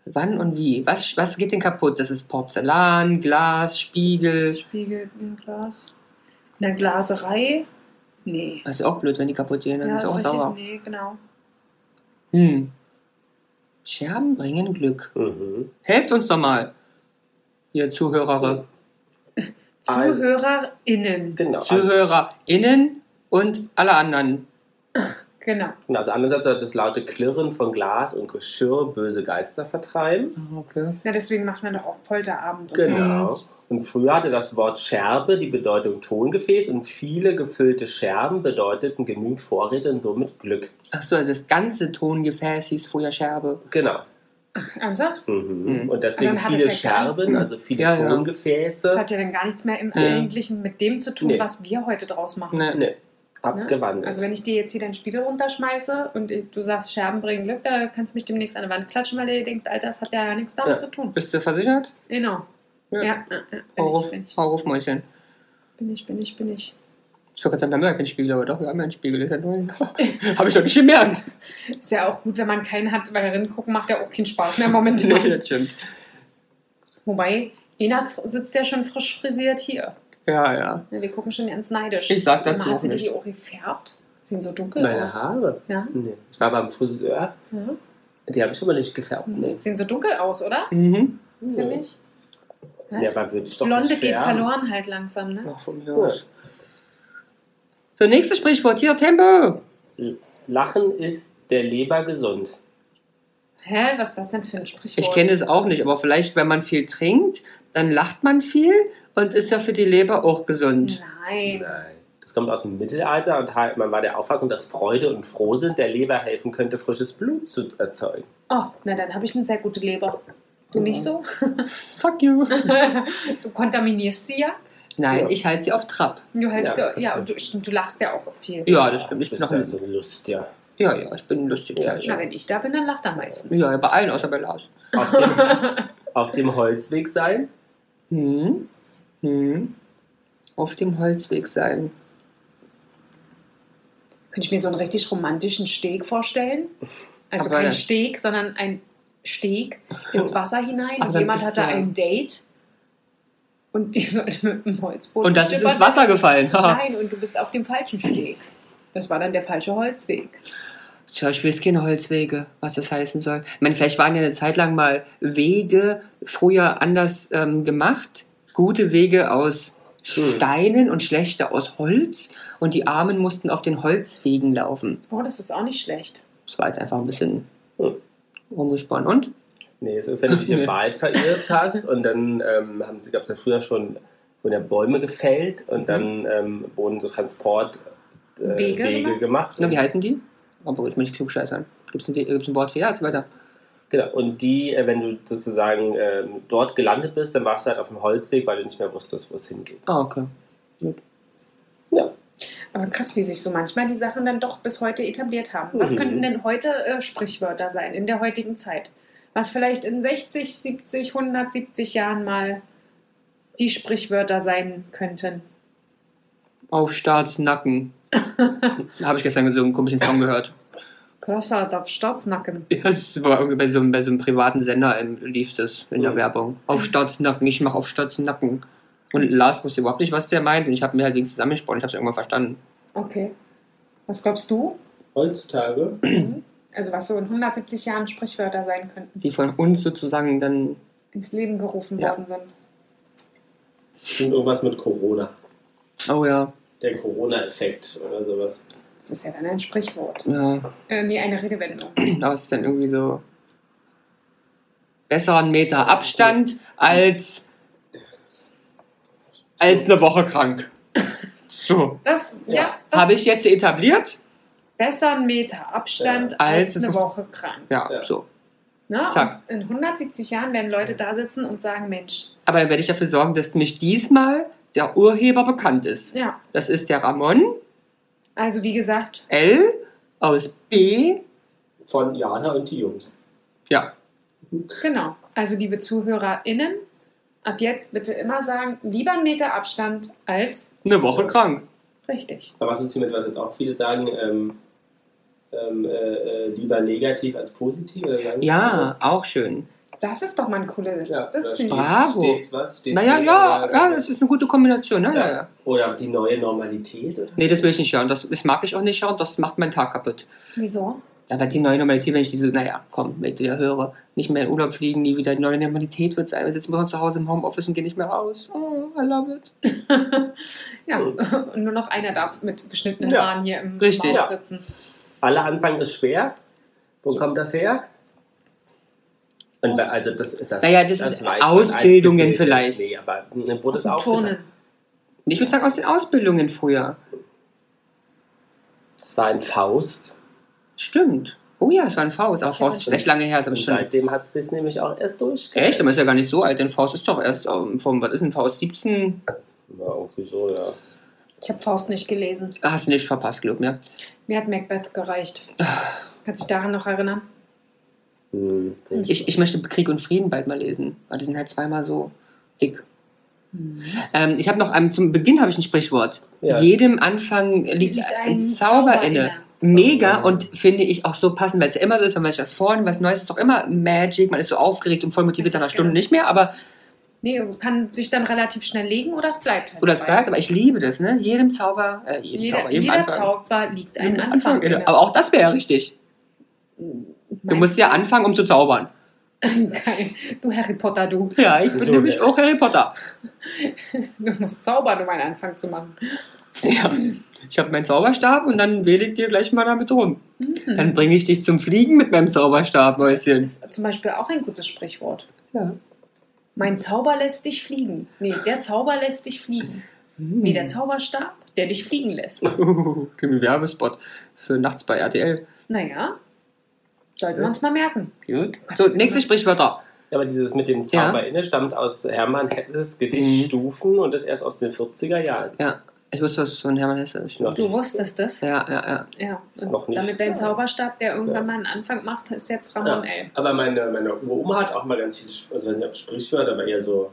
Speaker 2: Wann und wie? Was, was geht denn kaputt? Das ist Porzellan, Glas, Spiegel.
Speaker 1: Spiegel im Glas. In der Glaserei? Nee.
Speaker 2: Das ist ja auch blöd, wenn die kaputt gehen. Dann
Speaker 1: Ja,
Speaker 2: ist
Speaker 1: ist
Speaker 2: auch
Speaker 1: richtig.
Speaker 2: sauer.
Speaker 1: Nee, genau.
Speaker 2: Hm. Scherben bringen Glück.
Speaker 4: Mhm.
Speaker 2: Helft uns doch mal, ihr Zuhörer.
Speaker 4: Ein-
Speaker 1: ZuhörerInnen.
Speaker 4: Genau. An-
Speaker 2: ZuhörerInnen und alle anderen.
Speaker 1: Genau.
Speaker 4: genau. Also andererseits soll das laute Klirren von Glas und Geschirr böse Geister vertreiben.
Speaker 2: Ah, Okay.
Speaker 1: Na, deswegen macht man doch auch Polterabend und so.
Speaker 4: Genau. Und früher hatte das Wort Scherbe die Bedeutung Tongefäß und viele gefüllte Scherben bedeuteten genügend Vorräte und somit Glück.
Speaker 2: Achso, also das ganze Tongefäß hieß früher Scherbe.
Speaker 4: Genau.
Speaker 1: Ach, ernsthaft?
Speaker 4: Mhm.
Speaker 2: Mhm.
Speaker 4: Und deswegen
Speaker 1: Dann hat
Speaker 4: viele
Speaker 1: es ja gar-
Speaker 4: Scherben, also viele
Speaker 2: Ja, ja.
Speaker 1: Das
Speaker 4: Tongefäße,
Speaker 1: hat ja dann gar nichts mehr im
Speaker 2: Ja.
Speaker 1: Eigentlichen mit dem zu tun,
Speaker 4: Nee.
Speaker 1: was wir heute draus machen.
Speaker 2: Ne.
Speaker 4: ne, abgewandelt.
Speaker 1: Also wenn ich dir jetzt hier deinen Spiegel runterschmeiße und ich- du sagst, Scherben bringen Glück, da kannst du mich demnächst an die Wand klatschen, weil du dir denkst, Alter, das hat ja nichts damit
Speaker 4: Ja.
Speaker 1: zu tun.
Speaker 2: Bist du versichert?
Speaker 1: Genau. Ja, ja, ja, bin
Speaker 2: Frau Ruf-
Speaker 1: ich, bin ich.
Speaker 2: Frau Rufmäulchen.
Speaker 1: Bin ich, bin ich, bin ich.
Speaker 2: Ich wollte gerade sagen, da haben wir ja keinen Spiegel, aber doch, wir haben ja einen Spiegel. Ist ja neu. Habe ich doch nicht gemerkt.
Speaker 1: Ist ja auch gut, wenn man keinen hat, weil reingucken macht ja auch keinen Spaß mehr momentan.
Speaker 2: Nee, das stimmt.
Speaker 1: Wobei, Lena f- sitzt ja schon frisch frisiert hier.
Speaker 2: Ja, ja.
Speaker 1: Ja, Wir gucken schon ganz neidisch.
Speaker 2: Ich sag dazu
Speaker 1: Sag mal, Hast
Speaker 2: auch
Speaker 1: du dir die
Speaker 2: nichts.
Speaker 1: auch gefärbt? Sehen so dunkel
Speaker 4: Meine
Speaker 1: aus.
Speaker 4: Haare?
Speaker 1: Ja.
Speaker 4: Nee. Ich war beim Friseur,
Speaker 1: ja.
Speaker 4: die habe ich aber nicht gefärbt. Nee.
Speaker 1: Sehen so dunkel aus, oder?
Speaker 2: Mhm.
Speaker 1: Finde
Speaker 4: Nee.
Speaker 1: ich.
Speaker 4: Ja,
Speaker 1: Was?
Speaker 4: aber würde ich doch
Speaker 1: Blonde
Speaker 4: nicht
Speaker 1: geht
Speaker 4: färben.
Speaker 1: verloren halt langsam, ne?
Speaker 2: Ach, von mir
Speaker 4: Cool.
Speaker 2: aus. So, nächstes Sprichwort. Hier, Tempo.
Speaker 4: Lachen ist der Leber gesund.
Speaker 1: Hä, was ist das denn für ein Sprichwort?
Speaker 2: Ich kenne es auch nicht, aber vielleicht, wenn man viel trinkt, dann lacht man viel und ist ja für die Leber auch gesund.
Speaker 1: Nein.
Speaker 4: Nein. Das kommt aus dem Mittelalter und halt, man war der Auffassung, dass Freude und Frohsinn der Leber helfen könnte, frisches Blut zu erzeugen.
Speaker 1: Oh, na dann habe ich eine sehr gute Leber.
Speaker 2: Mhm.
Speaker 1: Du nicht so?
Speaker 2: Fuck you.
Speaker 1: du kontaminierst sie ja.
Speaker 2: Nein,
Speaker 4: Ja.
Speaker 2: ich halte sie auf Trab.
Speaker 1: Du hältst
Speaker 4: Ja,
Speaker 1: ja, ja, und du, stimmt, du lachst ja auch viel.
Speaker 2: Ja, Ah, das stimmt. Ich
Speaker 4: Ich
Speaker 2: bin
Speaker 4: bist
Speaker 2: noch
Speaker 4: ja so eine Lust, ja.
Speaker 2: Ja, ja, ich bin ein lustiger
Speaker 4: Ja,
Speaker 2: Kerlchen.
Speaker 1: Na, wenn ich da bin, dann lacht er meistens.
Speaker 2: Ja, bei allen außer bei Lars.
Speaker 4: Auf dem, auf dem Holzweg sein.
Speaker 2: Hm. Hm. Auf dem Holzweg sein.
Speaker 1: Könnte ich mir so einen richtig romantischen Steg vorstellen? Also
Speaker 2: Aber
Speaker 1: kein
Speaker 2: das-
Speaker 1: Steg, sondern ein Steg ins Wasser hinein.
Speaker 2: Aber
Speaker 1: Und
Speaker 2: dann
Speaker 1: jemand
Speaker 2: bist
Speaker 1: hatte
Speaker 2: du-
Speaker 1: ein Date und die sollte mit einem Holzboot
Speaker 2: Und das ist ins
Speaker 1: schippern.
Speaker 2: Wasser gefallen. Haha.
Speaker 1: Nein, und du bist auf dem falschen Steg. Das war dann der falsche Holzweg.
Speaker 2: Tja, ich weiß keine Holzwege, was das heißen soll. Ich meine, vielleicht waren ja eine Zeit lang mal Wege früher anders ähm, gemacht. Gute Wege aus
Speaker 4: Hm.
Speaker 2: Steinen und schlechte aus Holz. Und die Armen mussten auf den Holzwegen laufen.
Speaker 1: Oh, das ist auch nicht schlecht.
Speaker 2: Das war jetzt einfach ein bisschen
Speaker 4: Hm.
Speaker 2: rumgesponnen. Und?
Speaker 4: Nee, es ist, wenn du dich
Speaker 2: Nee.
Speaker 4: im Wald verirrt hast und dann ähm, haben sie, gab es ja früher schon, wurden ja Bäume gefällt und dann
Speaker 2: Mhm.
Speaker 4: ähm, wurden so Transport äh,
Speaker 1: Wege
Speaker 4: Wege, gemacht.
Speaker 2: Na, wie heißen die? Aber ich mich klugscheißern. Gibt es ein, We- gibt's ein Wort für? Ja, jetzt weiter.
Speaker 4: Genau, und die, äh, wenn du sozusagen ähm, dort gelandet bist, dann warst du halt auf dem Holzweg, weil du nicht mehr wusstest, wo es hingeht.
Speaker 2: Ah, okay.
Speaker 1: Aber krass, wie sich so manchmal die Sachen dann doch bis heute etabliert haben. Was
Speaker 4: Mhm.
Speaker 1: könnten denn heute äh, Sprichwörter sein in der heutigen Zeit? Was vielleicht in 60, 70, 170 Jahren mal die Sprichwörter sein könnten?
Speaker 2: Auf Staatsnacken. Habe ich gestern so einen komischen Song gehört.
Speaker 1: Klossert auf Staatsnacken.
Speaker 2: Ja, es war irgendwie bei so, einem- bei so einem privaten Sender ähm, lief das in der
Speaker 4: Mhm.
Speaker 2: Werbung. Auf Staatsnacken, ich mache auf Staatsnacken. Und Lars wusste überhaupt nicht, was der meint. Und ich habe mir halt wegen zusammengesprochen, ich habe es irgendwann verstanden.
Speaker 1: Okay. Was glaubst du?
Speaker 4: Heutzutage?
Speaker 1: Also was so in 170 Jahren Sprichwörter sein könnten,
Speaker 2: Die von uns sozusagen dann.
Speaker 1: ins Leben gerufen
Speaker 2: Ja.
Speaker 1: worden sind.
Speaker 4: Stimmt irgendwas mit Corona.
Speaker 2: Oh ja,
Speaker 4: Der Corona-Effekt oder sowas.
Speaker 1: Das ist ja dann ein Sprichwort.
Speaker 2: ja.
Speaker 1: Äh, nee, eine Redewendung.
Speaker 2: Aber es ist dann irgendwie so. Besseren Meter Abstand als. als eine Woche krank. So.
Speaker 1: Das, ja,
Speaker 4: Ja.
Speaker 1: das
Speaker 2: Habe ich jetzt etabliert?
Speaker 1: besser einen Meter Abstand
Speaker 4: Ja.
Speaker 1: als,
Speaker 2: Als es
Speaker 1: eine
Speaker 2: muss-
Speaker 1: Woche krank.
Speaker 2: Ja,
Speaker 4: Ja.
Speaker 2: so.
Speaker 1: Ne?
Speaker 2: Zack.
Speaker 1: Und In 170 Jahren werden Leute da sitzen und sagen, Mensch,
Speaker 2: Aber dann werde ich dafür sorgen, dass mich diesmal der Urheber bekannt ist.
Speaker 1: ja.
Speaker 2: Das ist der Ramon.
Speaker 1: Also wie gesagt,
Speaker 2: L aus B.
Speaker 4: Von Jana und die Jungs.
Speaker 2: Ja,
Speaker 1: genau. Also liebe ZuhörerInnen, ab jetzt bitte immer sagen, lieber einen Meter Abstand als
Speaker 2: eine Woche krank.
Speaker 1: richtig.
Speaker 4: Aber was ist hiermit, was jetzt auch viele sagen? Ähm, ähm, äh, äh, lieber negativ als positiv? Oder sagen
Speaker 2: Ja, auch schön.
Speaker 1: Das ist doch mal ein cooler.
Speaker 4: Ja,
Speaker 1: das
Speaker 4: da
Speaker 1: finde ich.
Speaker 2: Bravo.
Speaker 4: Steht's was, steht's
Speaker 2: Naja,
Speaker 4: weniger,
Speaker 2: ja, ja, das ist eine gute Kombination. Ne? Ja. Ja,
Speaker 4: Oder die neue Normalität? Oder?
Speaker 2: Nee, das will ich nicht hören. Das, das mag ich auch nicht hören. Das macht meinen Tag kaputt.
Speaker 1: Wieso?
Speaker 2: Aber die neue Normalität, wenn ich diese, naja, komm, mit der höre, nicht mehr in Urlaub fliegen, nie wieder. Die neue Normalität wird sein. Wir sitzen bei uns zu Hause im Homeoffice und gehen nicht mehr raus. Oh, I love it.
Speaker 1: Ja,
Speaker 4: Mhm.
Speaker 1: und nur noch einer darf mit geschnittenen
Speaker 4: Ja.
Speaker 1: Haaren hier im
Speaker 2: Richtig.
Speaker 1: Maus sitzen.
Speaker 4: Alle Anfang ist schwer. Wo kommt das her? Und bei- also das, das,
Speaker 2: Naja, das
Speaker 4: das
Speaker 2: sind
Speaker 4: weiß man
Speaker 2: Ausbildungen
Speaker 4: als Gebildet.
Speaker 2: vielleicht.
Speaker 4: Nee, aber ne,
Speaker 1: Aus
Speaker 4: wurde es
Speaker 1: dem
Speaker 4: auch
Speaker 1: Turnen.
Speaker 4: genannt.
Speaker 2: Ich würde sagen, aus den Ausbildungen früher.
Speaker 4: Das war ein Faust.
Speaker 2: Stimmt. Oh ja, es war ein Faust, aber
Speaker 1: Ich
Speaker 2: Faust
Speaker 1: weiß
Speaker 2: ist echt lange her, ist aber
Speaker 4: Und
Speaker 2: schon.
Speaker 4: seitdem hat es sich nämlich auch erst durchgesetzt.
Speaker 2: Echt? Aber ist ja gar nicht so alt, denn Faust ist doch erst ähm, vom, was ist denn Faust? 17?
Speaker 4: Ja, irgendwie so, ja.
Speaker 1: Ich habe Faust nicht gelesen.
Speaker 2: Hast du nicht verpasst, glaub mir.
Speaker 1: Mir hat Macbeth gereicht. Kannst du dich daran noch erinnern?
Speaker 4: Hm,
Speaker 2: Ich, ich möchte Krieg und Frieden bald mal lesen, weil die sind halt zweimal so dick. Ähm, ich habe noch ähm, zum Beginn habe ich ein Sprichwort.
Speaker 4: Ja.
Speaker 2: Jedem Anfang liegt,
Speaker 1: Liegt
Speaker 2: ein,
Speaker 1: ein
Speaker 2: Zauber,
Speaker 1: Zauber
Speaker 2: inne.
Speaker 1: inne.
Speaker 2: Mega
Speaker 4: Oh.
Speaker 2: und finde ich auch so passend, weil es ja immer so ist, wenn man sich was vornimmt, was Neues ist doch immer Magic, man ist so aufgeregt und voll motiviert nach einer
Speaker 1: Richtig,
Speaker 2: Stunde
Speaker 1: genau.
Speaker 2: nicht mehr, aber
Speaker 1: Nee, kann sich dann relativ schnell legen oder es bleibt halt.
Speaker 2: oder es
Speaker 1: dabei.
Speaker 2: bleibt, aber ich liebe das, ne? Jedem Zauber, äh, jedem
Speaker 1: Jeder,
Speaker 2: Zauber, jedem
Speaker 1: jeder
Speaker 2: Anfang.
Speaker 1: Zauber liegt
Speaker 2: jedem
Speaker 1: einem Anfang. genau.
Speaker 2: inne.
Speaker 1: inne.
Speaker 2: Aber auch das wäre ja richtig. Du musst ja anfangen, um zu zaubern.
Speaker 1: Geil. Du Harry Potter, du.
Speaker 2: Ja, ich bin
Speaker 4: Du,
Speaker 2: nämlich
Speaker 4: ne?
Speaker 2: auch Harry Potter.
Speaker 1: Du musst zaubern, um einen Anfang zu machen.
Speaker 2: Ja. Ich habe meinen Zauberstab und dann wähle ich dir gleich mal damit rum.
Speaker 1: Mhm.
Speaker 2: Dann bringe ich dich zum Fliegen mit meinem Zauberstab, Mäuschen.
Speaker 1: Das ist zum Beispiel auch ein gutes Sprichwort.
Speaker 2: Ja.
Speaker 1: Mein Zauber lässt dich fliegen. Nee, der Zauber lässt dich fliegen. Nee,
Speaker 2: Mhm. Hm.
Speaker 1: der Zauberstab, der dich fliegen lässt.
Speaker 2: Kriegen wir Werbespot für nachts bei RTL.
Speaker 1: Naja, sollten wir uns mal merken.
Speaker 2: Gut.
Speaker 1: Oh Gott,
Speaker 2: So,
Speaker 1: das ist
Speaker 2: nächste
Speaker 1: immer-
Speaker 2: Sprichwörter.
Speaker 4: Ja, aber dieses mit dem
Speaker 2: Ja.
Speaker 4: Zauber inne stammt aus Hermann Hesses
Speaker 2: Mhm.
Speaker 4: Gedicht Stufen und ist erst aus den 40er Jahren.
Speaker 2: Ja, ich wusste was von Hermann Hesse. Stimmt.
Speaker 1: Du wusstest das.
Speaker 2: Ja, ja, ja.
Speaker 1: Ja.
Speaker 4: Ist
Speaker 1: Und
Speaker 4: noch nicht
Speaker 1: damit dein
Speaker 4: klar.
Speaker 1: Zauberstab, der irgendwann
Speaker 4: Ja.
Speaker 1: mal einen Anfang macht, ist jetzt Ramon L.
Speaker 4: Aber meine, meine Oma hat auch mal ganz viele, Sp- also weiß nicht, ob Sprichwörter, aber eher so,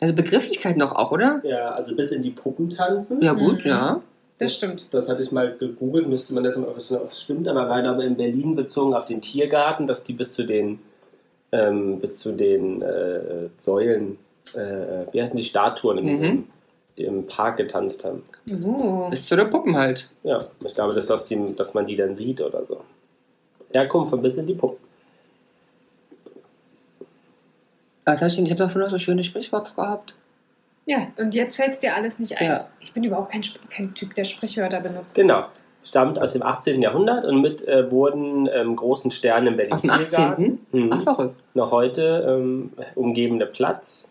Speaker 2: Also Begrifflichkeit noch auch, oder?
Speaker 4: ja, also bis in die Puppen tanzen.
Speaker 2: Ja, gut,
Speaker 1: Mhm.
Speaker 2: ja.
Speaker 1: Das stimmt.
Speaker 4: Das hatte ich mal gegoogelt, müsste man jetzt mal wissen, ob es stimmt, aber war aber in Berlin bezogen auf den Tiergarten, dass die bis zu den, ähm, bis zu den äh, Säulen, äh, wie heißen die Statuen im,
Speaker 2: Mhm.
Speaker 4: im, im Park getanzt haben.
Speaker 1: Uh.
Speaker 2: Bis zu der Puppen halt.
Speaker 4: Ja, ich glaube, dass, das die, dass man die dann sieht oder so. Herkunft von bis in die Puppen.
Speaker 2: Was hab ich denn? Ich habe doch vorhin noch so schöne Sprichwörter gehabt.
Speaker 1: Ja, und jetzt fällt es dir alles nicht ein.
Speaker 2: Ja.
Speaker 1: Ich bin überhaupt kein, Sp- kein Typ, der Sprichwörter benutzt.
Speaker 4: Genau. Stammt aus dem 18. Jahrhundert und mit äh, wurden ähm, großen Sternen in Berlin.
Speaker 2: Aus dem
Speaker 4: Tiergarten.
Speaker 2: 18. Ach,
Speaker 4: Mhm.
Speaker 2: verrückt.
Speaker 4: Noch heute ähm, umgebende Platz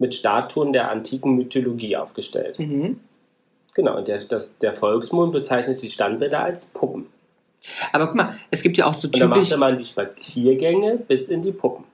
Speaker 4: mit Statuen der antiken Mythologie aufgestellt.
Speaker 2: Mhm.
Speaker 4: Genau, und der, das, der Volksmund bezeichnet die Standbilder als Puppen.
Speaker 2: Aber guck mal, es gibt ja auch so
Speaker 4: Und da
Speaker 2: typisch.
Speaker 4: machte man die Spaziergänge bis in die Puppen.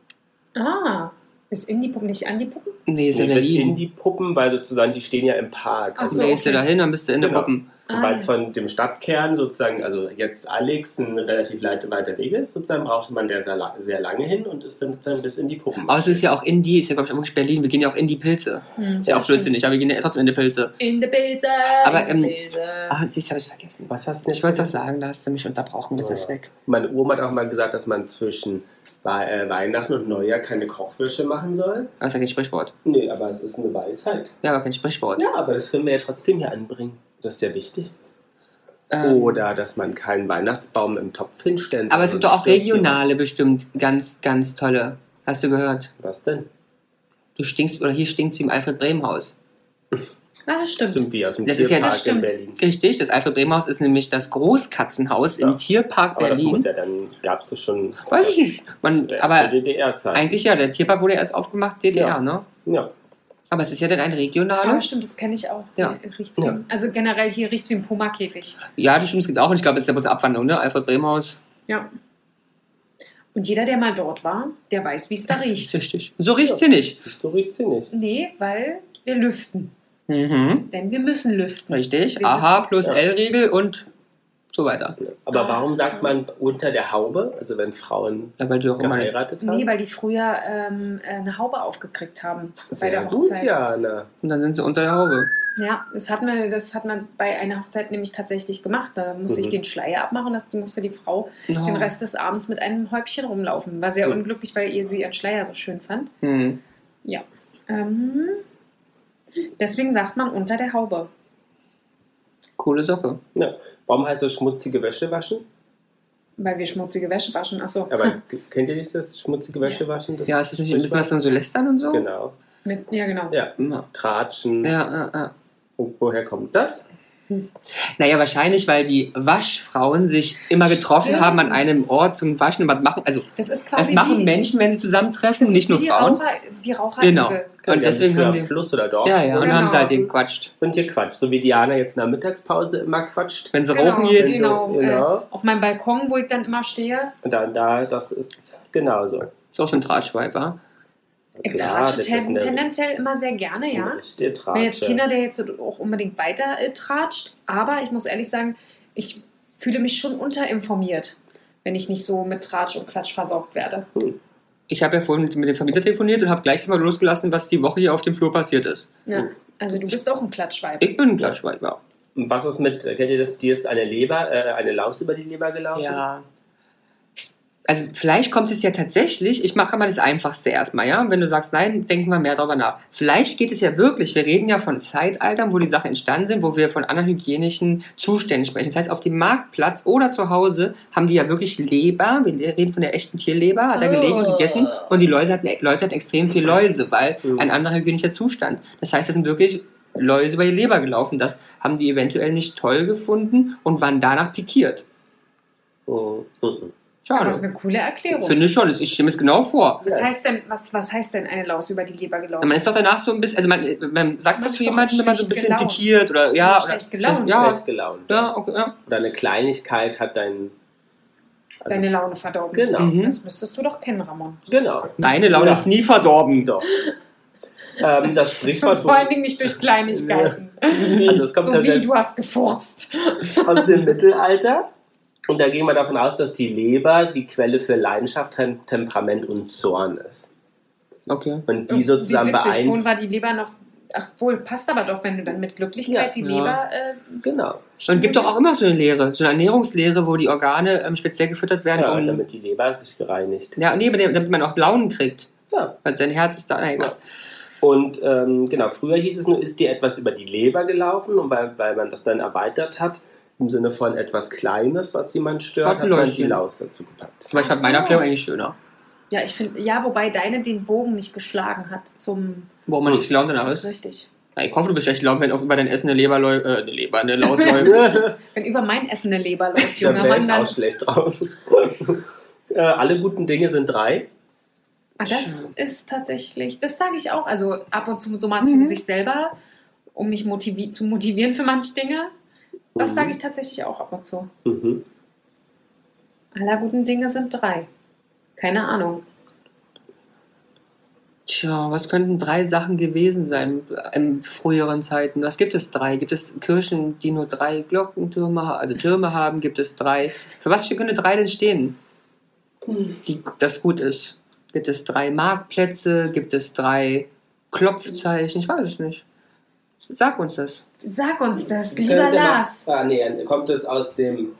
Speaker 1: Ah, ist in die Puppen, nicht an die Puppen?
Speaker 2: Nee, ist in
Speaker 4: bis in
Speaker 2: Berlin.
Speaker 4: die Puppen, weil sozusagen die stehen ja im Park. Also
Speaker 1: Ach
Speaker 2: Gehst
Speaker 1: so,
Speaker 2: du
Speaker 1: okay.
Speaker 2: da hin, dann bist du in der
Speaker 4: Genau.
Speaker 2: Puppen.
Speaker 1: Ah,
Speaker 4: Weil
Speaker 1: ja.
Speaker 4: es von dem Stadtkern sozusagen, also jetzt Alex, ein relativ leit- weiter Weg ist, sozusagen braucht man der sehr, la- sehr lange hin und ist dann sozusagen bis in die Puppen.
Speaker 2: Aber es ist ja auch in die, ist ja, glaube ich, auch wirklich Berlin. Wir gehen ja auch in die Pilze.
Speaker 1: Hm,
Speaker 2: Ist ja auch
Speaker 1: das stimmt.
Speaker 2: blödsinnig, aber wir gehen ja trotzdem in die Pilze.
Speaker 1: In der Pilze.
Speaker 2: Aber,
Speaker 1: in
Speaker 2: ähm,
Speaker 1: der Pilze.
Speaker 2: Ach, siehst du, habe ich vergessen.
Speaker 4: Was hast du
Speaker 2: Ich wollte es auch sagen, da hast du mich unterbrochen, das
Speaker 4: Ja.
Speaker 2: ist weg.
Speaker 4: Meine Oma hat auch mal gesagt, dass man zwischen Wei- äh, Weihnachten und Neujahr keine Kochwürsche machen soll.
Speaker 2: Aber ist ja kein Sprichwort.
Speaker 4: Nee, aber es ist eine Weisheit.
Speaker 2: Ja, aber kein Sprichwort.
Speaker 4: Ja, aber das können wir ja trotzdem hier anbringen. Das ist ja wichtig.
Speaker 2: Ähm,
Speaker 4: Oder dass man keinen Weihnachtsbaum im Topf hinstellen soll.
Speaker 2: Aber es gibt doch auch regionale bestimmt ganz, ganz tolle. Hast du gehört?
Speaker 4: Was denn?
Speaker 2: Du stinkst, oder hier stinkst wie im Alfred Bremenhaus.
Speaker 1: Ah, das stimmt.
Speaker 4: Sind wir aus dem
Speaker 2: Das ist ja-
Speaker 4: Tierpark
Speaker 1: das
Speaker 4: in
Speaker 1: stimmt.
Speaker 4: Berlin.
Speaker 2: Richtig, das Alfred Bremenhaus ist nämlich das Großkatzenhaus
Speaker 4: Ja.
Speaker 2: im Tierpark
Speaker 4: Aber das
Speaker 2: Berlin.
Speaker 4: muss ja dann, gab es schon.
Speaker 2: Weiß ich nicht. Man,
Speaker 4: Der
Speaker 2: aber
Speaker 4: DDR-Zeit.
Speaker 2: eigentlich ja, der Tierpark wurde erst aufgemacht, DDR,
Speaker 4: Ja.
Speaker 2: ne?
Speaker 4: Ja.
Speaker 2: Aber es ist ja dann ein
Speaker 1: Ah,
Speaker 2: regionales.
Speaker 1: stimmt, das kenne ich auch.
Speaker 2: Ja.
Speaker 1: Hier Riecht's wie, Also generell hier riecht es wie ein Puma-Käfig.
Speaker 2: Ja, das stimmt, es gibt auch. Und ich glaube, es ist ja bloß eine Abwandlung, ne? Alfred Bremenhaus.
Speaker 1: Ja. Und jeder, der mal dort war, der weiß, wie es da riecht.
Speaker 2: Richtig. So riecht's hier nicht.
Speaker 4: So riecht sie nicht.
Speaker 1: Nee, weil wir lüften.
Speaker 2: Mhm.
Speaker 1: Denn wir müssen lüften.
Speaker 2: Richtig.
Speaker 1: Wir
Speaker 2: AH plus
Speaker 4: Ja.
Speaker 2: L-Regel und so weiter.
Speaker 4: Aber
Speaker 1: Ah.
Speaker 4: warum sagt man unter der Haube, also wenn Frauen
Speaker 2: Ja, weil du
Speaker 1: Genau.
Speaker 2: auch immer.
Speaker 4: geheiratet haben?
Speaker 1: Nee, weil die früher ähm, äh, eine Haube aufgekriegt haben bei
Speaker 4: Sehr
Speaker 1: der
Speaker 4: gut,
Speaker 1: Hochzeit.
Speaker 4: Jana.
Speaker 2: Und dann sind sie unter der Haube.
Speaker 1: Ja, das hat man, das hat man bei einer Hochzeit nämlich tatsächlich gemacht. Da musste
Speaker 4: Mhm.
Speaker 1: ich den Schleier abmachen, das musste die Frau
Speaker 2: Ja.
Speaker 1: den Rest des Abends mit einem Häubchen rumlaufen. War sehr
Speaker 4: Mhm.
Speaker 1: unglücklich, weil ihr sie ihren Schleier so schön fand.
Speaker 2: Hm.
Speaker 1: Ähm, deswegen sagt man unter der Haube.
Speaker 2: Coole Socke.
Speaker 4: Warum heißt es schmutzige Wäsche waschen?
Speaker 1: Weil wir schmutzige Wäsche waschen. Achso,
Speaker 4: Aber k- kennt ihr nicht das schmutzige Wäsche waschen? Das
Speaker 2: Hm. Ja, ist das nicht ein bisschen was
Speaker 4: Sprichwort?
Speaker 2: von so Lästern und so?
Speaker 4: Genau.
Speaker 1: mit, ja genau.
Speaker 4: Ja,
Speaker 2: Ja,
Speaker 4: Tratschen.
Speaker 2: ja, ja.
Speaker 4: Und woher kommt das?
Speaker 2: Naja, wahrscheinlich, weil die Waschfrauen sich immer getroffen
Speaker 1: Stimmt.
Speaker 2: haben an einem Ort zum Waschen und was machen. Also,
Speaker 1: Das ist
Speaker 2: das
Speaker 1: quasi.
Speaker 2: machen
Speaker 1: wie,
Speaker 2: Menschen, wenn sie zusammentreffen
Speaker 1: das
Speaker 2: und
Speaker 1: ist
Speaker 2: nicht nur
Speaker 1: wie die
Speaker 2: Frauen.
Speaker 1: Raucher, die Raucherinsel.
Speaker 2: Genau.
Speaker 4: Genau,
Speaker 2: Und
Speaker 4: die haben sich
Speaker 2: deswegen
Speaker 4: früher
Speaker 2: haben
Speaker 4: am
Speaker 2: wir-
Speaker 4: Fluss oder Dorf
Speaker 2: Ja, ja, und
Speaker 4: gewohnt
Speaker 1: Genau.
Speaker 2: haben sie halt eben gequatscht.
Speaker 4: und hier quatscht, so wie Diana jetzt in der Mittagspause immer quatscht.
Speaker 2: Wenn sie
Speaker 1: Genau,
Speaker 2: Also rauchen geht,
Speaker 4: Wenn
Speaker 1: genau.
Speaker 4: so- genau.
Speaker 1: Äh, auf meinem Balkon, wo ich dann immer stehe.
Speaker 4: Und dann da, das ist genauso.
Speaker 2: ist auch so ein Drahtschweib, wa?
Speaker 1: Ich
Speaker 4: Klar,
Speaker 1: tratsche
Speaker 4: das ist
Speaker 1: ten
Speaker 4: eine-
Speaker 1: tendenziell immer sehr
Speaker 4: das
Speaker 1: gerne,
Speaker 4: ist eine
Speaker 1: ja.
Speaker 4: richtige
Speaker 1: Ich bin jetzt
Speaker 4: Tratsche.
Speaker 1: Kinder, der jetzt auch unbedingt weiter äh, tratscht. Aber ich muss ehrlich sagen, ich fühle mich schon unterinformiert, wenn ich nicht so mit Tratsch und Klatsch versorgt werde.
Speaker 2: Ich habe ja vorhin mit mit dem Vermieter telefoniert und habe gleich mal losgelassen, was die Woche hier auf dem Flur passiert ist.
Speaker 1: Ja. Also du bist auch ein Klatschweib.
Speaker 2: Ich bin ein Klatschweib, wa?
Speaker 4: Und was ist mit, kennt ihr das, dir ist eine Leber, äh, eine Laus über die Leber gelaufen?
Speaker 2: Also vielleicht kommt es ja tatsächlich, ich mache immer das Einfachste erstmal, ja? Und wenn du sagst, nein, denken wir mehr darüber nach. Vielleicht geht es ja wirklich, wir reden ja von Zeitaltern, wo die Sachen entstanden sind, wo wir von anderen hygienischen Zuständen sprechen. Das heißt, auf dem Marktplatz oder zu Hause haben die ja wirklich Leber, wir reden von der echten Tierleber, hat er gelegen und gegessen und die Läuse hatten, Leute hatten extrem viel Läuse, weil
Speaker 4: Mhm.
Speaker 2: ein anderer hygienischer Zustand. Das heißt, es sind wirklich Läuse über die Leber gelaufen. Das haben die eventuell nicht toll gefunden und waren danach pikiert.
Speaker 4: Mhm. Mhm.
Speaker 1: Aber Das ist
Speaker 2: Schade.
Speaker 1: eine coole Erklärung.
Speaker 2: Finde ich schon, ich stimme es genau vor.
Speaker 1: was, heißt denn, was, was heißt denn eine Laus über die Leber
Speaker 2: Ja,
Speaker 1: gelaufen?
Speaker 2: man ist doch danach so ein bisschen, also man, man sagt
Speaker 1: Man
Speaker 2: das zu
Speaker 1: ist doch
Speaker 2: jemandem, wenn man so ein
Speaker 1: schlecht
Speaker 2: bisschen
Speaker 1: gelaunt.
Speaker 2: pikiert oder ja. Oder,
Speaker 1: Schlecht gelaunt
Speaker 2: Ja,
Speaker 4: Schlecht gelaunt.
Speaker 2: ja, okay, ja.
Speaker 4: Oder eine Kleinigkeit hat dein. also
Speaker 1: Deine Laune verdorben.
Speaker 4: Genau.
Speaker 2: Mhm.
Speaker 1: Das müsstest du doch kennen, Ramon.
Speaker 4: Genau.
Speaker 2: Meine Laune
Speaker 4: Ja.
Speaker 2: ist nie verdorben.
Speaker 4: Doch. ähm, das Sprichwort.
Speaker 1: Vor allen Dingen nicht durch Kleinigkeiten.
Speaker 4: Also es kommt
Speaker 1: so wie
Speaker 4: tatsächlich
Speaker 1: du hast gefurzt.
Speaker 4: aus dem Mittelalter. Und da gehen wir davon aus, dass die Leber die Quelle für Leidenschaft, Tem- Temperament und Zorn ist.
Speaker 2: Okay.
Speaker 4: Und die sozusagen
Speaker 1: Wie witzig, vorhin
Speaker 4: beeinflusst.
Speaker 1: war die Leber noch. Ach wohl, passt aber doch, wenn du dann mit Glücklichkeit
Speaker 4: Ja,
Speaker 1: die
Speaker 2: ja.
Speaker 1: Leber. Äh,
Speaker 4: Genau.
Speaker 2: Und gibt doch auch immer so eine Lehre, so eine Ernährungslehre, wo die Organe ähm, speziell gefüttert werden,
Speaker 4: Ja,
Speaker 2: um.
Speaker 4: damit die Leber sich gereinigt.
Speaker 2: Ja, nee, damit man auch Launen kriegt.
Speaker 4: Ja.
Speaker 2: Weil dein Herz ist da. Nein, egal.
Speaker 4: Und ähm, genau, früher hieß es nur, ist dir etwas über die Leber gelaufen und weil, weil man das dann erweitert hat, im Sinne von etwas Kleines, was jemand stört, hat man die
Speaker 2: Watteläuschen.
Speaker 4: Laus dazu gepackt.
Speaker 2: Zum Beispiel
Speaker 1: Ach
Speaker 2: hat meine
Speaker 1: so.
Speaker 2: Erklärung eigentlich schöner.
Speaker 1: ja, ich finde, ja, wobei deine den Bogen nicht geschlagen hat zum.
Speaker 2: Warum man
Speaker 4: Hm.
Speaker 2: schlecht gelaunt danach ist.
Speaker 1: Richtig.
Speaker 2: Na, ich hoffe, du bist schlecht gelaunt, wenn auf über dein Essen eine Leber läuft, äh, eine Leber, eine Laus läuft.
Speaker 1: Wenn über mein Essen eine Leber läuft,
Speaker 4: da
Speaker 1: junger
Speaker 4: wäre
Speaker 1: Mann,
Speaker 4: ich
Speaker 1: dann.
Speaker 4: auch schlecht drauf. äh, alle guten Dinge sind drei.
Speaker 1: Ah, das ist tatsächlich, das sage ich auch. Also ab und zu so mal zu
Speaker 2: Mhm.
Speaker 1: sich selber, um mich motivi zu motivieren für manche Dinge. Das
Speaker 2: Mhm.
Speaker 1: sage ich tatsächlich auch ab und zu.
Speaker 4: Mhm.
Speaker 1: Aller guten Dinge sind drei. Keine Ahnung.
Speaker 2: Tja, was könnten drei Sachen gewesen sein in früheren Zeiten? Was gibt es drei? Gibt es Kirchen, die nur drei Glockentürme, ha- also Türme haben? Gibt es drei? Für was könnte drei denn stehen,
Speaker 1: Hm.
Speaker 2: die, das gut ist? Gibt es drei Marktplätze? Gibt es drei Klopfzeichen? Ich weiß es nicht. Sag uns das.
Speaker 1: Sag uns das,
Speaker 4: Wir
Speaker 1: lieber
Speaker 4: können's ja noch-
Speaker 1: Lars.
Speaker 4: Ah, nee, kommt es aus dem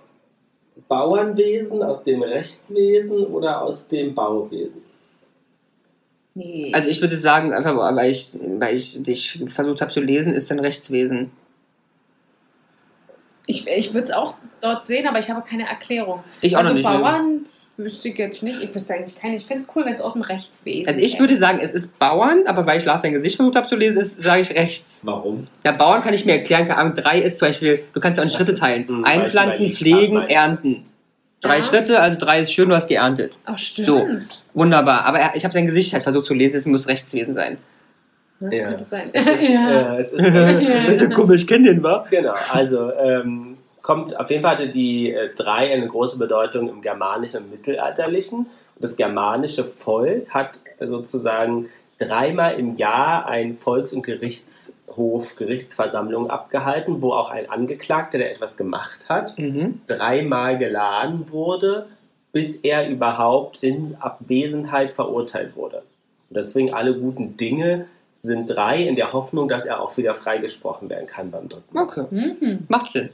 Speaker 4: Bauernwesen, aus dem Rechtswesen oder aus dem Bauwesen?
Speaker 1: Nee.
Speaker 2: Also ich würde sagen, einfach weil ich, weil ich dich versucht habe zu lesen, ist dann Rechtswesen.
Speaker 1: ich ich würde es auch dort sehen, aber ich habe keine Erklärung.
Speaker 2: Ich auch
Speaker 1: also
Speaker 2: noch nicht. ne?
Speaker 1: Bauern wüsste ich jetzt nicht. Ich wüsste eigentlich keine. Ich fände es cool, wenn es aus dem Rechtswesen
Speaker 2: Also ich würde sagen, es ist Bauern, aber weil ich Lars sein Gesicht versucht habe zu lesen, ist, sage ich rechts.
Speaker 4: Warum?
Speaker 2: Ja, Bauern kann ich mir erklären, keine Ahnung, drei ist zum Beispiel, du kannst ja auch in Schritte teilen.
Speaker 4: Hm,
Speaker 2: Einpflanzen,
Speaker 4: weiß ich, weiß ich.
Speaker 2: pflegen, ernten. Drei
Speaker 1: Ja.
Speaker 2: Schritte, also drei ist schön, du hast geerntet.
Speaker 1: Ach, stimmt.
Speaker 2: Wunderbar, aber er, ich habe sein Gesicht halt versucht zu lesen, es muss rechtswesen sein.
Speaker 1: Das
Speaker 4: Ja.
Speaker 1: könnte sein.
Speaker 4: Es ist,
Speaker 1: ja.
Speaker 4: äh, es ist
Speaker 2: ja komisch, ich kenne den, wa?
Speaker 4: Genau, also ähm, kommt, auf jeden Fall hatte die äh, drei eine große Bedeutung im germanischen und mittelalterlichen. Das germanische Volk hat sozusagen dreimal im Jahr einen Volks- und Gerichtshof, Gerichtsversammlung abgehalten, wo auch ein Angeklagter, der etwas gemacht hat,
Speaker 2: Mhm.
Speaker 4: dreimal geladen wurde, bis er überhaupt in Abwesenheit verurteilt wurde. Und deswegen alle guten Dinge sind drei in der Hoffnung, dass er auch wieder freigesprochen werden kann beim dritten Mal.
Speaker 2: Okay,
Speaker 1: Mhm.
Speaker 2: macht Sinn.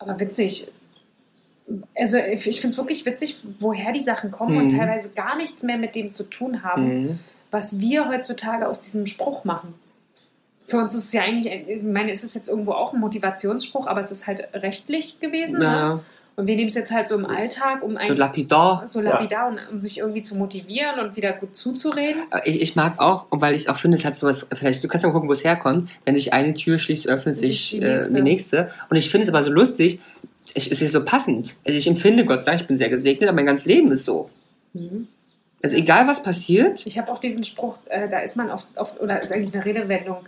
Speaker 1: Aber witzig. Also ich finde es wirklich witzig, woher die Sachen kommen und
Speaker 2: Mhm.
Speaker 1: teilweise gar nichts mehr mit dem zu tun haben,
Speaker 2: Mhm.
Speaker 1: was wir heutzutage aus diesem Spruch machen. Für uns ist es ja eigentlich, ein- ich meine, es ist jetzt irgendwo auch ein Motivationsspruch, aber es ist halt rechtlich gewesen. Ne?
Speaker 2: Ja.
Speaker 1: Und wir nehmen es jetzt halt so im Alltag, um
Speaker 2: So
Speaker 1: ein,
Speaker 2: lapidar.
Speaker 1: so lapidar und um sich irgendwie zu motivieren und wieder gut zuzureden.
Speaker 2: Ich, ich mag auch, und weil ich auch finde, es hat sowas, vielleicht, du kannst ja mal gucken, wo es herkommt. Wenn sich eine Tür schließt, öffnet
Speaker 1: Sich
Speaker 2: sich
Speaker 1: die
Speaker 2: äh,
Speaker 1: nächste.
Speaker 2: die nächste. Und ich finde es aber so lustig, ich, es ist so passend. Also ich empfinde, Gott sei Dank, ich bin sehr gesegnet, aber mein ganzes Leben ist so.
Speaker 1: Mhm.
Speaker 2: Also egal, was passiert,
Speaker 1: Ich habe auch diesen Spruch, äh, da ist man oft, oft, oder ist eigentlich eine Redewendung,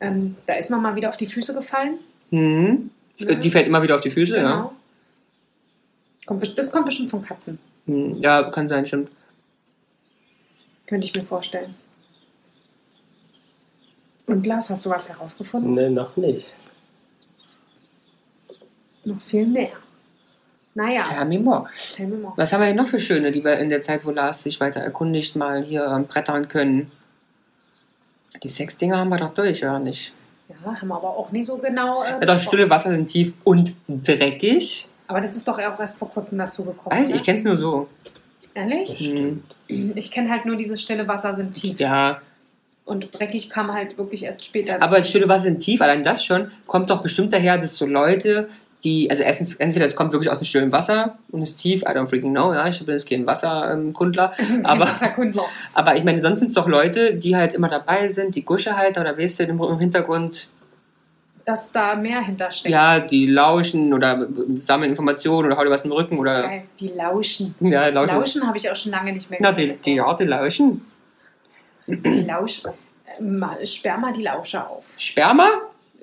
Speaker 1: ähm, da ist man mal wieder auf die Füße gefallen.
Speaker 2: hm,
Speaker 1: Ja. Genau.
Speaker 2: die fällt immer wieder auf die Füße, ja.
Speaker 1: Kommt, best- das kommt bestimmt von Katzen,
Speaker 2: Hm, ja, kann sein, stimmt.
Speaker 1: könnte ich mir vorstellen. Und Lars, hast du was herausgefunden?
Speaker 4: Ne, noch nicht.
Speaker 2: Hm.
Speaker 1: Noch viel mehr. Naja,
Speaker 2: Tell me more.
Speaker 1: tell me more.
Speaker 2: Was haben wir denn noch für Schöne, die wir in der Zeit, wo Lars sich weiter erkundigt, mal hier ähm, brettern können? Die Sexdinger haben wir doch durch, oder nicht?
Speaker 1: Ja, haben wir aber auch nie so genau. Äh,
Speaker 2: Ja, doch,
Speaker 1: besprochen.
Speaker 2: stille Wasser sind tief und dreckig.
Speaker 1: Aber das ist doch auch erst vor kurzem dazu gekommen.
Speaker 2: Weiß ich,
Speaker 1: oder?
Speaker 2: ich kenn's nur so.
Speaker 1: Ehrlich?
Speaker 2: Hm,
Speaker 1: Ich kenne halt nur dieses stille Wasser sind tief.
Speaker 2: ja,
Speaker 1: Und dreckig kam halt wirklich erst später.
Speaker 2: aber
Speaker 1: dazu.
Speaker 2: stille Wasser sind tief, allein das schon, kommt doch bestimmt daher, dass so Leute, die, also erstens, entweder es kommt wirklich aus dem stillen Wasser und ist tief, I don't freaking know, ja, ich bin jetzt kein Wasserkundler,
Speaker 1: Kein
Speaker 2: aber-
Speaker 1: Wasserkundler.
Speaker 2: Aber ich meine, sonst sind es doch Leute, die halt immer dabei sind, die Gusche halten oder weißt du, im im Hintergrund,
Speaker 1: Dass da mehr hintersteckt.
Speaker 2: ja, die lauschen oder sammeln Informationen oder hauen dir was im Rücken oder.
Speaker 1: Geil. Die lauschen.
Speaker 2: Ja, lauschen. ist-
Speaker 1: Lauschen habe ich auch schon lange nicht mehr
Speaker 2: Na, die,
Speaker 1: gehört, das
Speaker 2: die,
Speaker 1: Wort.
Speaker 2: ja, die lauschen.
Speaker 1: die Lausch. äh, mal- Sperr mal die Lausche auf.
Speaker 2: Sperma?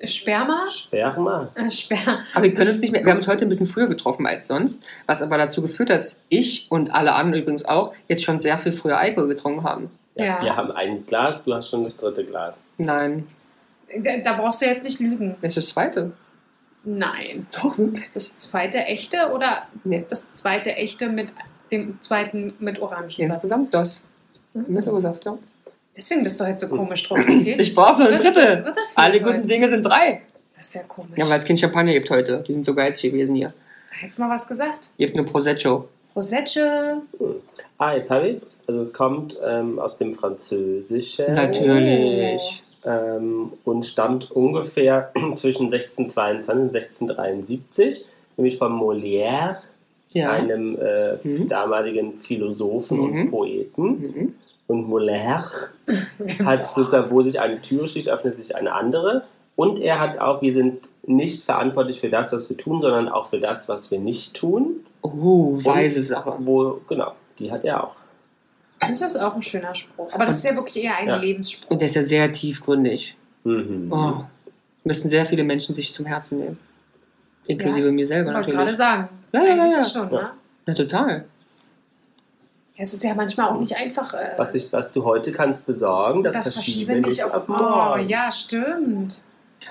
Speaker 1: Sperr mal.
Speaker 4: Sperma.
Speaker 1: Äh, Sperr.
Speaker 2: Aber wir können uns nicht mehr. Wir haben uns heute ein bisschen früher getroffen als sonst, was aber dazu geführt hat, dass ich und alle anderen übrigens auch jetzt schon sehr viel früher Alkohol getrunken haben.
Speaker 1: Ja.
Speaker 4: Wir haben ein Glas, du hast schon das dritte Glas.
Speaker 2: Nein,
Speaker 1: Da, da brauchst du jetzt nicht lügen.
Speaker 2: das ist das zweite.
Speaker 1: Nein.
Speaker 2: Doch, wirklich.
Speaker 1: Das zweite echte oder
Speaker 2: Nee.
Speaker 1: das zweite echte mit dem zweiten mit Orangensaft.
Speaker 2: Insgesamt das. Mit
Speaker 1: Mhm.
Speaker 2: Ursaft, ja.
Speaker 1: Deswegen bist du heute so komisch drauf. Gefehlt.
Speaker 2: Ich brauch noch eine
Speaker 1: Das dritte-
Speaker 2: dritte.
Speaker 1: das dritte fehlt
Speaker 2: Alle
Speaker 1: heute.
Speaker 2: guten Dinge sind drei.
Speaker 1: Das ist ja komisch.
Speaker 2: Ja, weil es kein Champagner gibt heute. Die sind so geizig gewesen hier.
Speaker 1: Hättest du mal was gesagt?
Speaker 2: Gibt nur Prosecco.
Speaker 1: Rosette.
Speaker 4: Ah, jetzt habe ich's. Also es kommt ähm, aus dem Französischen.
Speaker 2: Natürlich.
Speaker 4: ähm, und stammt ungefähr zwischen 1622 und 1673, nämlich von Molière,
Speaker 2: Ja.
Speaker 4: einem äh,
Speaker 2: Mhm.
Speaker 4: damaligen Philosophen
Speaker 2: Mhm.
Speaker 4: und Poeten.
Speaker 2: Mhm.
Speaker 4: Und Molière hat
Speaker 1: Boah.
Speaker 4: sozusagen, wo sich eine Tür schließt, öffnet sich eine andere. Und er hat auch, wir sind nicht verantwortlich für das, was wir tun, sondern auch für das, was wir nicht tun.
Speaker 2: Oh, weise Sache.
Speaker 4: Wo, genau, die hat er auch.
Speaker 1: Das ist auch ein schöner Spruch. Aber das ist ja wirklich eher ein
Speaker 4: Ja.
Speaker 1: Lebensspruch.
Speaker 2: Und der ist ja sehr tiefgründig.
Speaker 4: Mhm.
Speaker 2: Oh, müssen sehr viele Menschen sich zum Herzen nehmen. Inklusive mir
Speaker 1: Ich
Speaker 2: selber
Speaker 1: wollte gerade
Speaker 2: natürlich.
Speaker 1: sagen.
Speaker 2: Ja, ja, ja,
Speaker 1: Eigentlich
Speaker 2: ja.
Speaker 1: schon,
Speaker 4: Ja.
Speaker 1: ne?
Speaker 2: Na, total.
Speaker 1: Es ist ja manchmal auch nicht einfach. Äh,
Speaker 4: Was, ich, was du heute kannst besorgen, das,
Speaker 1: das
Speaker 4: verschiebe
Speaker 1: verschieben nicht auf. Oh, ja, stimmt.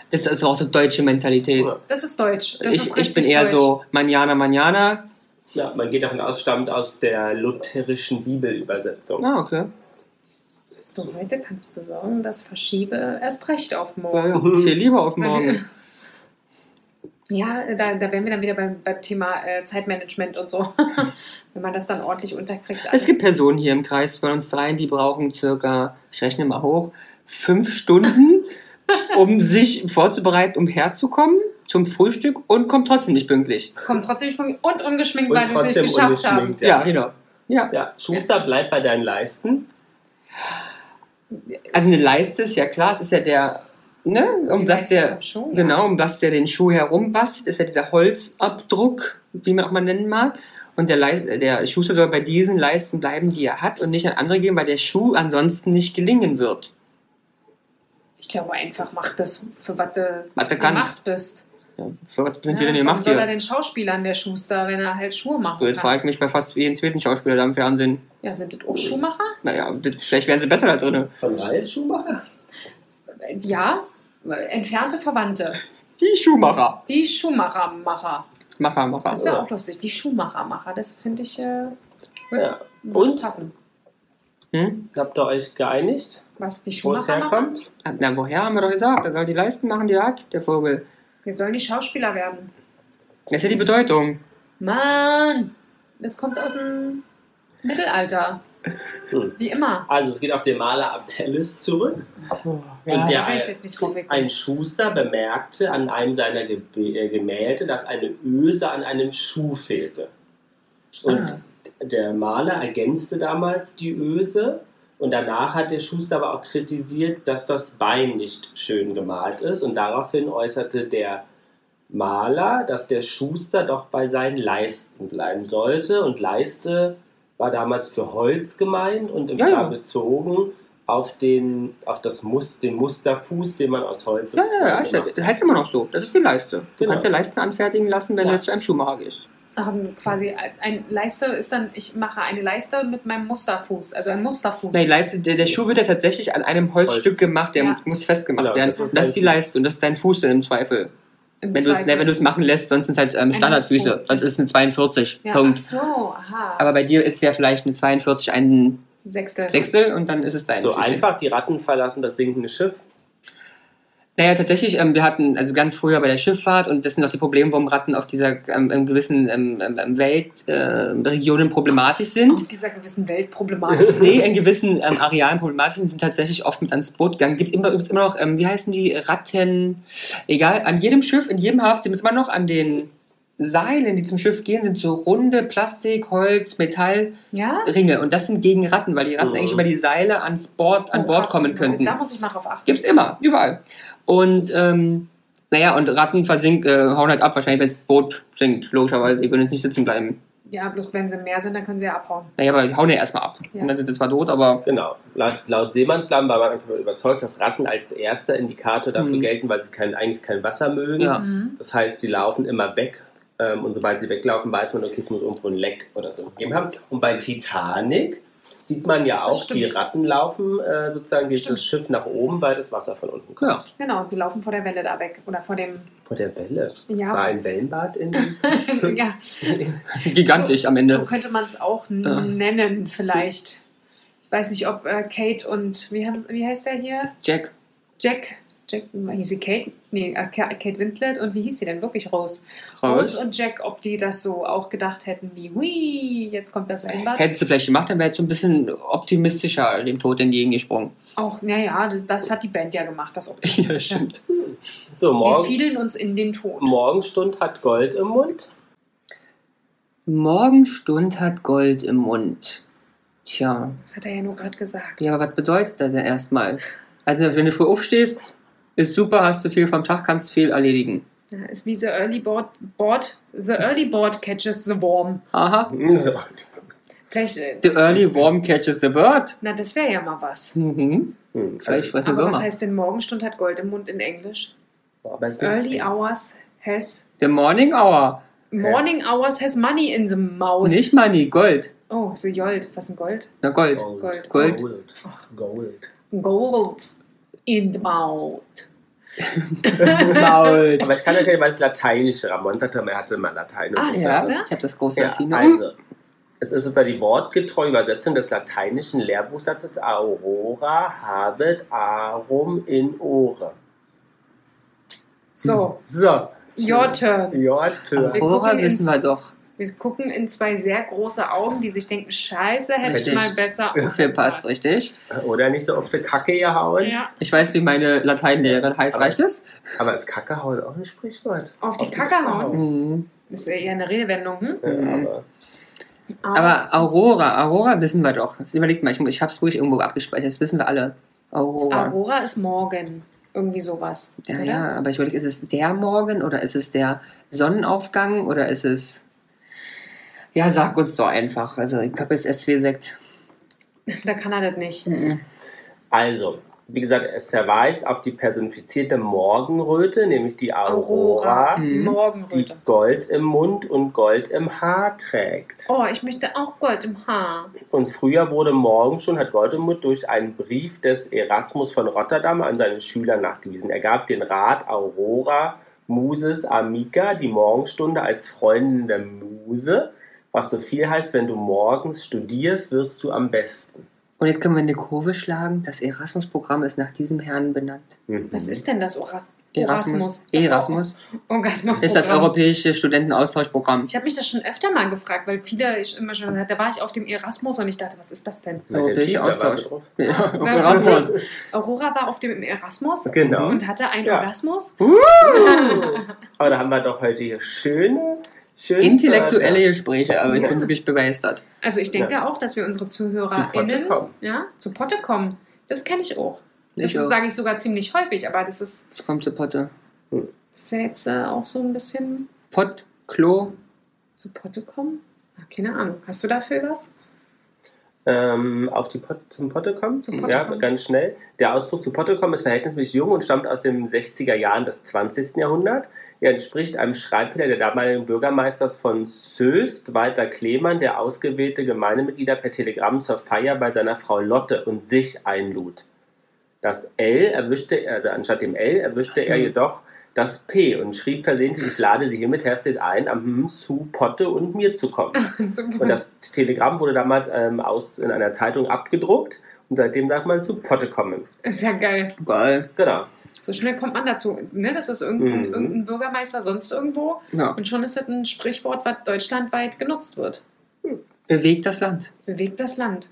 Speaker 2: Das ist auch so deutsche Mentalität.
Speaker 4: Ja.
Speaker 1: Das ist deutsch. Das
Speaker 2: ich,
Speaker 1: ist
Speaker 2: ich
Speaker 1: richtig
Speaker 2: bin eher
Speaker 1: deutsch.
Speaker 2: so manjana, manjana.
Speaker 4: Ja, man geht davon aus, stammt aus der lutherischen Bibelübersetzung.
Speaker 2: Ah, okay.
Speaker 1: Was du heute kannst besorgen, das verschiebe erst recht auf
Speaker 2: Ja,
Speaker 1: morgen.
Speaker 2: ja.
Speaker 4: Mhm.
Speaker 2: Viel lieber auf morgen.
Speaker 1: Ja, äh, da, da wären wir dann wieder beim, beim Thema äh, Zeitmanagement und so. Wenn man das dann ordentlich unterkriegt. alles.
Speaker 2: Es gibt Personen hier im Kreis bei uns dreien, die brauchen circa, ich rechne mal hoch, fünf Stunden, um sich vorzubereiten, um herzukommen zum Frühstück und kommt trotzdem nicht pünktlich.
Speaker 1: kommen trotzdem nicht pünktlich und ungeschminkt,
Speaker 4: Und
Speaker 1: weil sie es nicht
Speaker 4: trotzdem
Speaker 1: geschafft haben.
Speaker 4: ungeschminkt,
Speaker 2: Ja,
Speaker 4: Ja.
Speaker 2: genau. Ja.
Speaker 4: Ja, Schuster, bleib bei deinen Leisten.
Speaker 2: Also eine Leiste ist ja klar, es ist ja der, ne, um
Speaker 1: Die
Speaker 2: das
Speaker 1: Leistung
Speaker 2: der,
Speaker 1: vom Schuh, ja.
Speaker 2: Genau, um was der den Schuh herumbastelt, ist ja dieser Holzabdruck, wie man auch mal nennen mag. Und der, Leis- der Schuster soll bei diesen Leisten bleiben, die er hat und nicht an andere geben, weil der Schuh ansonsten nicht gelingen wird.
Speaker 1: Ich glaube einfach, mach das, für was du
Speaker 2: Was du
Speaker 1: gemacht
Speaker 2: kannst.
Speaker 1: bist.
Speaker 2: Ja, für was sind
Speaker 1: Ja,
Speaker 2: wir denn
Speaker 1: warum
Speaker 2: gemacht
Speaker 1: soll er
Speaker 2: hier?
Speaker 1: den Schauspielern, der Schuster, wenn er halt Schuhe
Speaker 2: So,
Speaker 1: machen
Speaker 2: jetzt
Speaker 1: kann?
Speaker 2: frage ich mich bei fast jedem zweiten Schauspieler da im Fernsehen.
Speaker 1: Ja, sind das auch Schuhmacher?
Speaker 2: Naja, das- vielleicht wären sie besser da drin.
Speaker 4: Von Ralf Schumacher?
Speaker 1: Ja, entfernte Verwandte.
Speaker 2: Die Schuhmacher.
Speaker 1: Die Schuhmachermacher.
Speaker 2: Macher, Macher.
Speaker 1: Das wäre auch lustig. Die Schuhmachermacher. Das finde ich äh, würde
Speaker 4: Ja.
Speaker 1: würde
Speaker 4: Und?
Speaker 1: passen.
Speaker 2: Hm?
Speaker 4: Habt ihr euch geeinigt,
Speaker 1: Was die
Speaker 4: wo es
Speaker 1: Schuhmacher machen?
Speaker 4: herkommt?
Speaker 2: Na, woher haben wir doch gesagt? Er soll die Leisten machen, die er hat, der Vogel.
Speaker 1: Wir sollen die Schauspieler werden.
Speaker 2: Das ist ja die Bedeutung.
Speaker 1: Mann! Das kommt aus dem Mittelalter.
Speaker 4: Hm.
Speaker 1: Wie immer.
Speaker 4: Also es geht auf den Maler Apelles zurück. Und
Speaker 2: Oh, ja.
Speaker 4: der
Speaker 1: Da bin ich jetzt nicht drauf gekommen.
Speaker 4: ein Schuster bemerkte an einem seiner Gebe- äh, Gemälde, dass eine Öse an einem Schuh fehlte. Und
Speaker 1: Ah.
Speaker 4: der Maler ergänzte damals die Öse und danach hat der Schuster aber auch kritisiert, dass das Bein nicht schön gemalt ist und daraufhin äußerte der Maler, dass der Schuster doch bei seinen Leisten bleiben sollte und Leiste war damals für Holz gemeint und im
Speaker 2: Ja, ja.
Speaker 4: Jahr bezogen auf, den, auf das Mus den Musterfuß, den man aus Holz
Speaker 2: Ja, ja, ja,
Speaker 4: sozusagen
Speaker 2: ist ja,
Speaker 4: gemacht
Speaker 2: das heißt immer noch so. Das ist die Leiste. Du
Speaker 4: Genau.
Speaker 2: kannst ja Leisten anfertigen lassen, wenn
Speaker 4: Ja.
Speaker 2: du jetzt zu einem Schuhmacher gehst.
Speaker 1: Ach, quasi ein Leiste ist dann, ich mache eine Leiste mit meinem Musterfuß, also ein Musterfuß.
Speaker 2: Nein, die Leiste, der, der Schuh wird ja tatsächlich an einem Holzstück
Speaker 4: Holz.
Speaker 2: gemacht, der
Speaker 1: Ja.
Speaker 2: muss festgemacht
Speaker 4: Genau,
Speaker 2: werden.
Speaker 4: das
Speaker 2: Das
Speaker 4: ist
Speaker 2: ist,
Speaker 4: dein
Speaker 2: die
Speaker 4: Fuß.
Speaker 2: Leiste und das ist dein Fuß dann im Zweifel.
Speaker 1: Im
Speaker 2: Wenn du es
Speaker 1: Zweifel.
Speaker 2: ne, wenn du es machen lässt, sonst sind es halt ähm,
Speaker 1: Eine
Speaker 2: Standardsfüße.
Speaker 1: Fuß.
Speaker 2: Sonst ist es eine 42.
Speaker 1: ja, ach
Speaker 2: Punkt.
Speaker 1: so, aha.
Speaker 2: Aber bei dir ist ja vielleicht eine 42 ein
Speaker 1: Sechstel.
Speaker 2: Sechstel und dann ist es dein
Speaker 4: So
Speaker 2: Füßchen.
Speaker 4: einfach die Ratten verlassen das sinkende Schiff.
Speaker 2: Naja, tatsächlich, ähm, wir hatten also ganz früher bei der Schifffahrt und das sind auch die Probleme, warum Ratten auf dieser ähm, in gewissen ähm, ähm, Weltregionen äh, Regionen problematisch sind.
Speaker 1: Auf dieser gewissen Welt problematisch.
Speaker 2: See in gewissen ähm, Arealen problematisch sind, sind tatsächlich oft mit ans Boot gegangen. Gibt immer, gibt's immer noch, ähm, wie heißen die, Ratten, egal, an jedem Schiff, in jedem Hafen sind es immer noch an den Seilen, die zum Schiff gehen, sind so runde Plastik, Holz, Metallringe
Speaker 1: Ja?
Speaker 2: und das sind gegen Ratten, weil die Ratten
Speaker 4: Mhm.
Speaker 2: eigentlich über die Seile ans Board, an
Speaker 1: Oh,
Speaker 2: Bord
Speaker 1: krass.
Speaker 2: kommen könnten.
Speaker 1: Da muss ich mal drauf achten.
Speaker 2: Gibt's immer, überall. Und ähm, naja, und Ratten versinken, äh, hauen halt ab, wahrscheinlich, wenn das Boot sinkt, logischerweise. Die würden jetzt nicht sitzen bleiben.
Speaker 1: Ja, bloß wenn sie mehr sind, dann können sie ja abhauen.
Speaker 2: Naja, aber die hauen ja erstmal ab.
Speaker 1: Ja.
Speaker 2: Und dann sind sie zwar tot, aber
Speaker 4: Genau. Laut, laut Seemannsklamm war man einfach überzeugt, dass Ratten als erster Indikator dafür
Speaker 2: Mhm.
Speaker 4: gelten, weil sie kein, eigentlich kein Wasser mögen.
Speaker 2: Ja.
Speaker 1: Mhm.
Speaker 4: Das heißt, sie laufen immer weg. Ähm, und sobald sie weglaufen, weiß man, okay, es muss irgendwo ein Leck oder so gegeben haben. Und bei Titanic sieht man ja
Speaker 1: Das
Speaker 4: auch, die
Speaker 1: stimmt.
Speaker 4: Ratten laufen äh, sozusagen dieses
Speaker 1: Stimmt.
Speaker 4: Schiff nach oben, weil das Wasser von unten kommt.
Speaker 2: ja.
Speaker 1: Genau, und sie laufen vor der Welle da weg. Oder vor dem.
Speaker 4: Vor der Welle.
Speaker 1: Ja,
Speaker 4: War ein Wellenbad in
Speaker 1: ja.
Speaker 2: gigantisch am Ende.
Speaker 1: so könnte man es auch n-
Speaker 2: Ja.
Speaker 1: nennen, vielleicht. Ich weiß nicht, ob äh, Kate und. Wie, haben's- wie heißt der hier?
Speaker 2: Jack.
Speaker 1: Jack. Jack, hieß sie Kate? Nee, äh, Ka- Kate Winslet. Und wie hieß sie denn wirklich? Rose. Rose und Jack, ob die das so auch gedacht hätten, wie, hui, jetzt kommt das Wellenbad.
Speaker 2: Hättest du vielleicht gemacht, dann wäre so ein bisschen optimistischer dem Tod entgegengesprungen.
Speaker 1: Auch, naja, das hat die Band ja gemacht, das Optimistische.
Speaker 4: So,
Speaker 1: Wir
Speaker 4: morgen,
Speaker 1: fielen uns in den Tod.
Speaker 4: Morgenstund hat Gold im Mund.
Speaker 2: Morgenstund hat Gold im Mund. Tja.
Speaker 1: Das hat er ja nur gerade gesagt.
Speaker 2: Ja, aber was bedeutet das denn erstmal? Also, wenn du früh aufstehst, ist super, hast du viel vom Tag, kannst viel erledigen.
Speaker 1: Ja, ist wie the early board, board, the early board catches the worm.
Speaker 2: Aha.
Speaker 4: Hm,
Speaker 1: Vielleicht, äh,
Speaker 2: The early worm catches the bird.
Speaker 1: na, das wäre ja mal was.
Speaker 2: Mhm.
Speaker 4: Hm,
Speaker 2: Vielleicht fressen
Speaker 1: Aber
Speaker 2: Würmer.
Speaker 1: was heißt denn Morgenstund hat Gold im Mund in Englisch?
Speaker 4: aber es ist
Speaker 1: Early
Speaker 4: nicht-
Speaker 1: hours has,
Speaker 2: The morning hour.
Speaker 1: morning hours has money in the mouse.
Speaker 2: Nicht Money, Gold.
Speaker 1: Oh, so Gold. Was ist ein Gold?
Speaker 2: Na, Gold.
Speaker 4: Oh.
Speaker 1: Gold.
Speaker 2: Gold.
Speaker 4: Gold. Gold.
Speaker 1: Gold in the mouth.
Speaker 2: Maul.
Speaker 4: Aber ich kann natürlich mal das Lateinische. Ramon sagte immer, er hatte mal Latein. und
Speaker 1: Ah,
Speaker 4: wusste
Speaker 2: Ja,
Speaker 4: das.
Speaker 2: ich habe das große
Speaker 4: Ja,
Speaker 2: Latino.
Speaker 4: also, es ist über die wortgetreue Übersetzung des lateinischen Lehrbuchsatzes Aurora habet arum in ore.
Speaker 1: So,
Speaker 4: Hm. So.
Speaker 1: your turn.
Speaker 4: Jorte.
Speaker 1: Wir
Speaker 2: Aurora
Speaker 1: gucken
Speaker 2: wissen
Speaker 1: ins-
Speaker 2: wir doch.
Speaker 1: Wir gucken in zwei sehr große Augen, die sich denken, scheiße, hätte ich
Speaker 2: Richtig.
Speaker 1: mal besser
Speaker 2: Aufgepasst, richtig?
Speaker 4: Oder nicht so oft die Kacke gehauen.
Speaker 1: Ja,
Speaker 2: Ich weiß, wie meine Lateinlehrerin heißt.
Speaker 4: Aber-
Speaker 2: Reicht es?
Speaker 4: Aber ist Kacke hauen auch ein Sprichwort?
Speaker 1: auf die Kacke hauen.
Speaker 2: Mhm.
Speaker 1: Das ist ja eher eine Redewendung, hm?
Speaker 2: Mhm.
Speaker 4: Ja, aber
Speaker 1: Ah.
Speaker 2: Aber Aurora, Aurora wissen wir doch. Das überlegt mal, ich, mu- ich habe es ruhig irgendwo abgespeichert. Das wissen wir alle. Aurora.
Speaker 1: Aurora ist morgen. Irgendwie sowas.
Speaker 2: ja,
Speaker 1: oder?
Speaker 2: ja, aber ich überlege, ist es der Morgen oder ist es der Sonnenaufgang oder ist es. Ja, sag uns doch einfach. Also, ich habe jetzt SW-Sekt.
Speaker 1: Da kann er das nicht.
Speaker 2: Mhm.
Speaker 4: Also, wie gesagt, es verweist auf die personifizierte Morgenröte, nämlich die
Speaker 1: Aurora.
Speaker 4: Aurora,
Speaker 1: Die
Speaker 2: Mhm.
Speaker 4: die
Speaker 1: Morgenröte.
Speaker 4: Gold im Mund und Gold im Haar trägt.
Speaker 1: Oh, ich möchte auch Gold im Haar.
Speaker 4: Und früher wurde Morgenstund, hat Goldemund durch einen Brief des Erasmus von Rotterdam an seine Schüler nachgewiesen. Er gab den Rat, Aurora Muses Amica, die Morgenstunde als Freundin der Muse, was so viel heißt, wenn du morgens studierst, wirst du am besten.
Speaker 2: Und jetzt können wir eine Kurve schlagen. Das Erasmus-Programm ist nach diesem Herrn benannt.
Speaker 4: Mhm.
Speaker 1: Was ist denn das Oras
Speaker 2: Erasmus.
Speaker 1: Erasmus?
Speaker 2: Erasmus
Speaker 1: Orgasmus
Speaker 2: ist das europäische Studentenaustauschprogramm.
Speaker 1: Ich habe mich das schon öfter mal gefragt, weil viele ich immer schon gesagt, da war ich auf dem Erasmus und ich dachte, was ist das denn?
Speaker 4: Mit dem
Speaker 2: Europäischer
Speaker 4: Team, da warst du
Speaker 2: Austausch.
Speaker 4: drauf.
Speaker 2: Auf Erasmus.
Speaker 1: Aurora war auf dem Erasmus
Speaker 4: Genau.
Speaker 1: und hatte einen
Speaker 4: Ja.
Speaker 1: Orgasmus.
Speaker 4: Aber da haben wir doch heute hier schöne, schöne
Speaker 2: Intellektuelle Gespräche, aber ich bin
Speaker 4: Ja.
Speaker 2: wirklich begeistert.
Speaker 1: Also ich denke auch, dass wir unsere ZuhörerInnen
Speaker 4: Super
Speaker 1: ja, zu Potte kommen. Das kenne ich auch. Das
Speaker 2: Ich auch.
Speaker 1: sage ich sogar ziemlich häufig, aber das ist,
Speaker 2: Es kommt zu Potte.
Speaker 1: das ist ja jetzt äh, auch so ein bisschen
Speaker 2: Pott, Klo,
Speaker 1: zu Potte kommen. Ah, Keine Ahnung. Hast du dafür was?
Speaker 4: ähm, auf die Pot zum Potte kommen.
Speaker 1: Zum Potte
Speaker 4: ja,
Speaker 1: kommen.
Speaker 4: ganz schnell. Der Ausdruck zu Potte kommen ist verhältnismäßig jung und stammt aus den 60er Jahren des 20. Jahrhunderts. Er entspricht einem Schreibfehler der damaligen Bürgermeisters von Söst, Walter Klemann, der ausgewählte Gemeindemitglieder per Telegramm zur Feier bei seiner Frau Lotte und sich einlud. Das L erwischte, also anstatt dem L erwischte
Speaker 2: Ach so.
Speaker 4: er jedoch das P und schrieb versehentlich, ich lade Sie hiermit herzlich ein, am Hm zu Potte und mir zu kommen.
Speaker 1: Zu
Speaker 4: Und
Speaker 1: Potte.
Speaker 4: das Telegramm wurde damals ähm, aus, in einer Zeitung abgedruckt und seitdem darf man zu Potte kommen.
Speaker 1: Ist ja geil.
Speaker 2: geil.
Speaker 4: Genau.
Speaker 1: So schnell kommt man dazu. Ne? Das ist irgendein,
Speaker 4: Mhm.
Speaker 1: irgendein Bürgermeister sonst irgendwo.
Speaker 2: Ja.
Speaker 1: Und schon ist das ein Sprichwort, was deutschlandweit genutzt wird.
Speaker 2: Bewegt das Land.
Speaker 1: Bewegt das Land.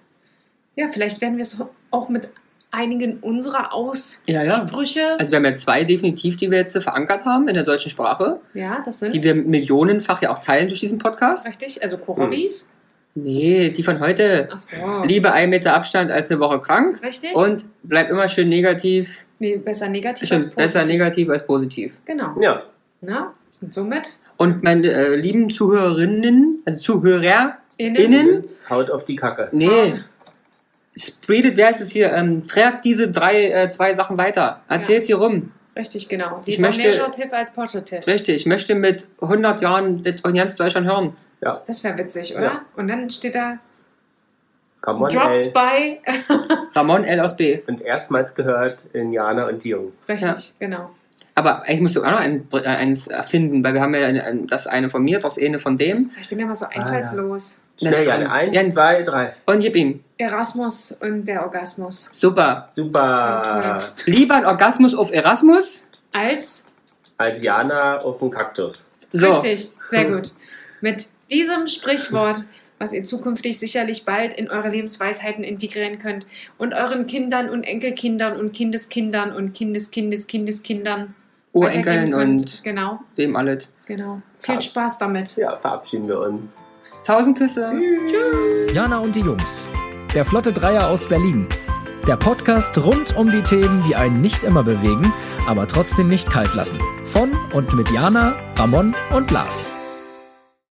Speaker 1: Ja, vielleicht werden wir es auch mit einigen unserer Aussprüche.
Speaker 2: Ja, Also wir haben ja zwei definitiv, die wir jetzt verankert haben in der deutschen Sprache,
Speaker 1: ja, das sind
Speaker 2: die wir millionenfach ja auch teilen durch diesen Podcast.
Speaker 1: richtig. Also Korobis.
Speaker 2: Mhm. Nee, die von heute.
Speaker 1: Ach so.
Speaker 2: Lieber ein Meter Abstand als eine Woche krank
Speaker 1: Richtig?
Speaker 2: und bleib immer schön negativ.
Speaker 1: nee, besser negativ als
Speaker 2: Schön
Speaker 1: positiv.
Speaker 2: besser negativ als positiv.
Speaker 1: Genau.
Speaker 4: Ja.
Speaker 1: Na? Und somit?
Speaker 2: Und meine äh, lieben Zuhörerinnen, also Zuhörer,
Speaker 1: Innen?
Speaker 2: Innen?
Speaker 4: Haut auf die Kacke.
Speaker 2: nee,
Speaker 1: Ah.
Speaker 2: spreadet, wer ist es hier? Ähm, tragt diese drei, äh, zwei Sachen weiter. Erzählt hier rum.
Speaker 1: Richtig, genau.
Speaker 2: Ich möchte-
Speaker 1: Negativ als positiv.
Speaker 2: Richtig, ich möchte mit 100 Jahren das in ganz Deutschland hören.
Speaker 1: Das wäre witzig, oder?
Speaker 4: Ja.
Speaker 1: Und dann steht da
Speaker 4: Ramon
Speaker 1: dropped
Speaker 4: L.
Speaker 1: by.
Speaker 2: Ramon L aus B.
Speaker 4: Und erstmals gehört in Jana und die Jungs.
Speaker 1: Richtig, genau.
Speaker 2: Aber eigentlich musst du auch noch ein, eins erfinden, weil wir haben ja ein, ein, das eine von mir, das eine von dem.
Speaker 1: Ich bin ja immer so
Speaker 4: ja.
Speaker 1: einfallslos.
Speaker 2: Das
Speaker 4: Schnell, Jana.
Speaker 2: kommt.
Speaker 4: Eins,
Speaker 2: Jens.
Speaker 4: zwei, drei.
Speaker 2: Und gib ihm.
Speaker 1: Erasmus und der Orgasmus.
Speaker 2: Super.
Speaker 1: Ganz
Speaker 4: Super.
Speaker 2: Lieber ein Orgasmus auf Erasmus.
Speaker 1: Als?
Speaker 4: Als Jana auf den Kaktus.
Speaker 2: So. Hm.
Speaker 1: Richtig, sehr gut. Mit diesem Sprichwort, was ihr zukünftig sicherlich bald in eure Lebensweisheiten integrieren könnt und euren Kindern und Enkelkindern und Kindeskindern und Kindeskindeskindeskindern
Speaker 2: Urenkeln
Speaker 1: weitergeben
Speaker 2: und
Speaker 1: könnt. Genau,
Speaker 2: dem alles.
Speaker 1: genau. Viel
Speaker 4: Ja.
Speaker 1: Spaß damit.
Speaker 4: Ja, verabschieden wir uns.
Speaker 2: Tausend Küsse.
Speaker 3: Jana und die Jungs. Der Flotte Dreier aus Berlin. Der Podcast rund um die Themen, die einen nicht immer bewegen, aber trotzdem nicht kalt lassen. Von und mit Jana, Ramon und Lars.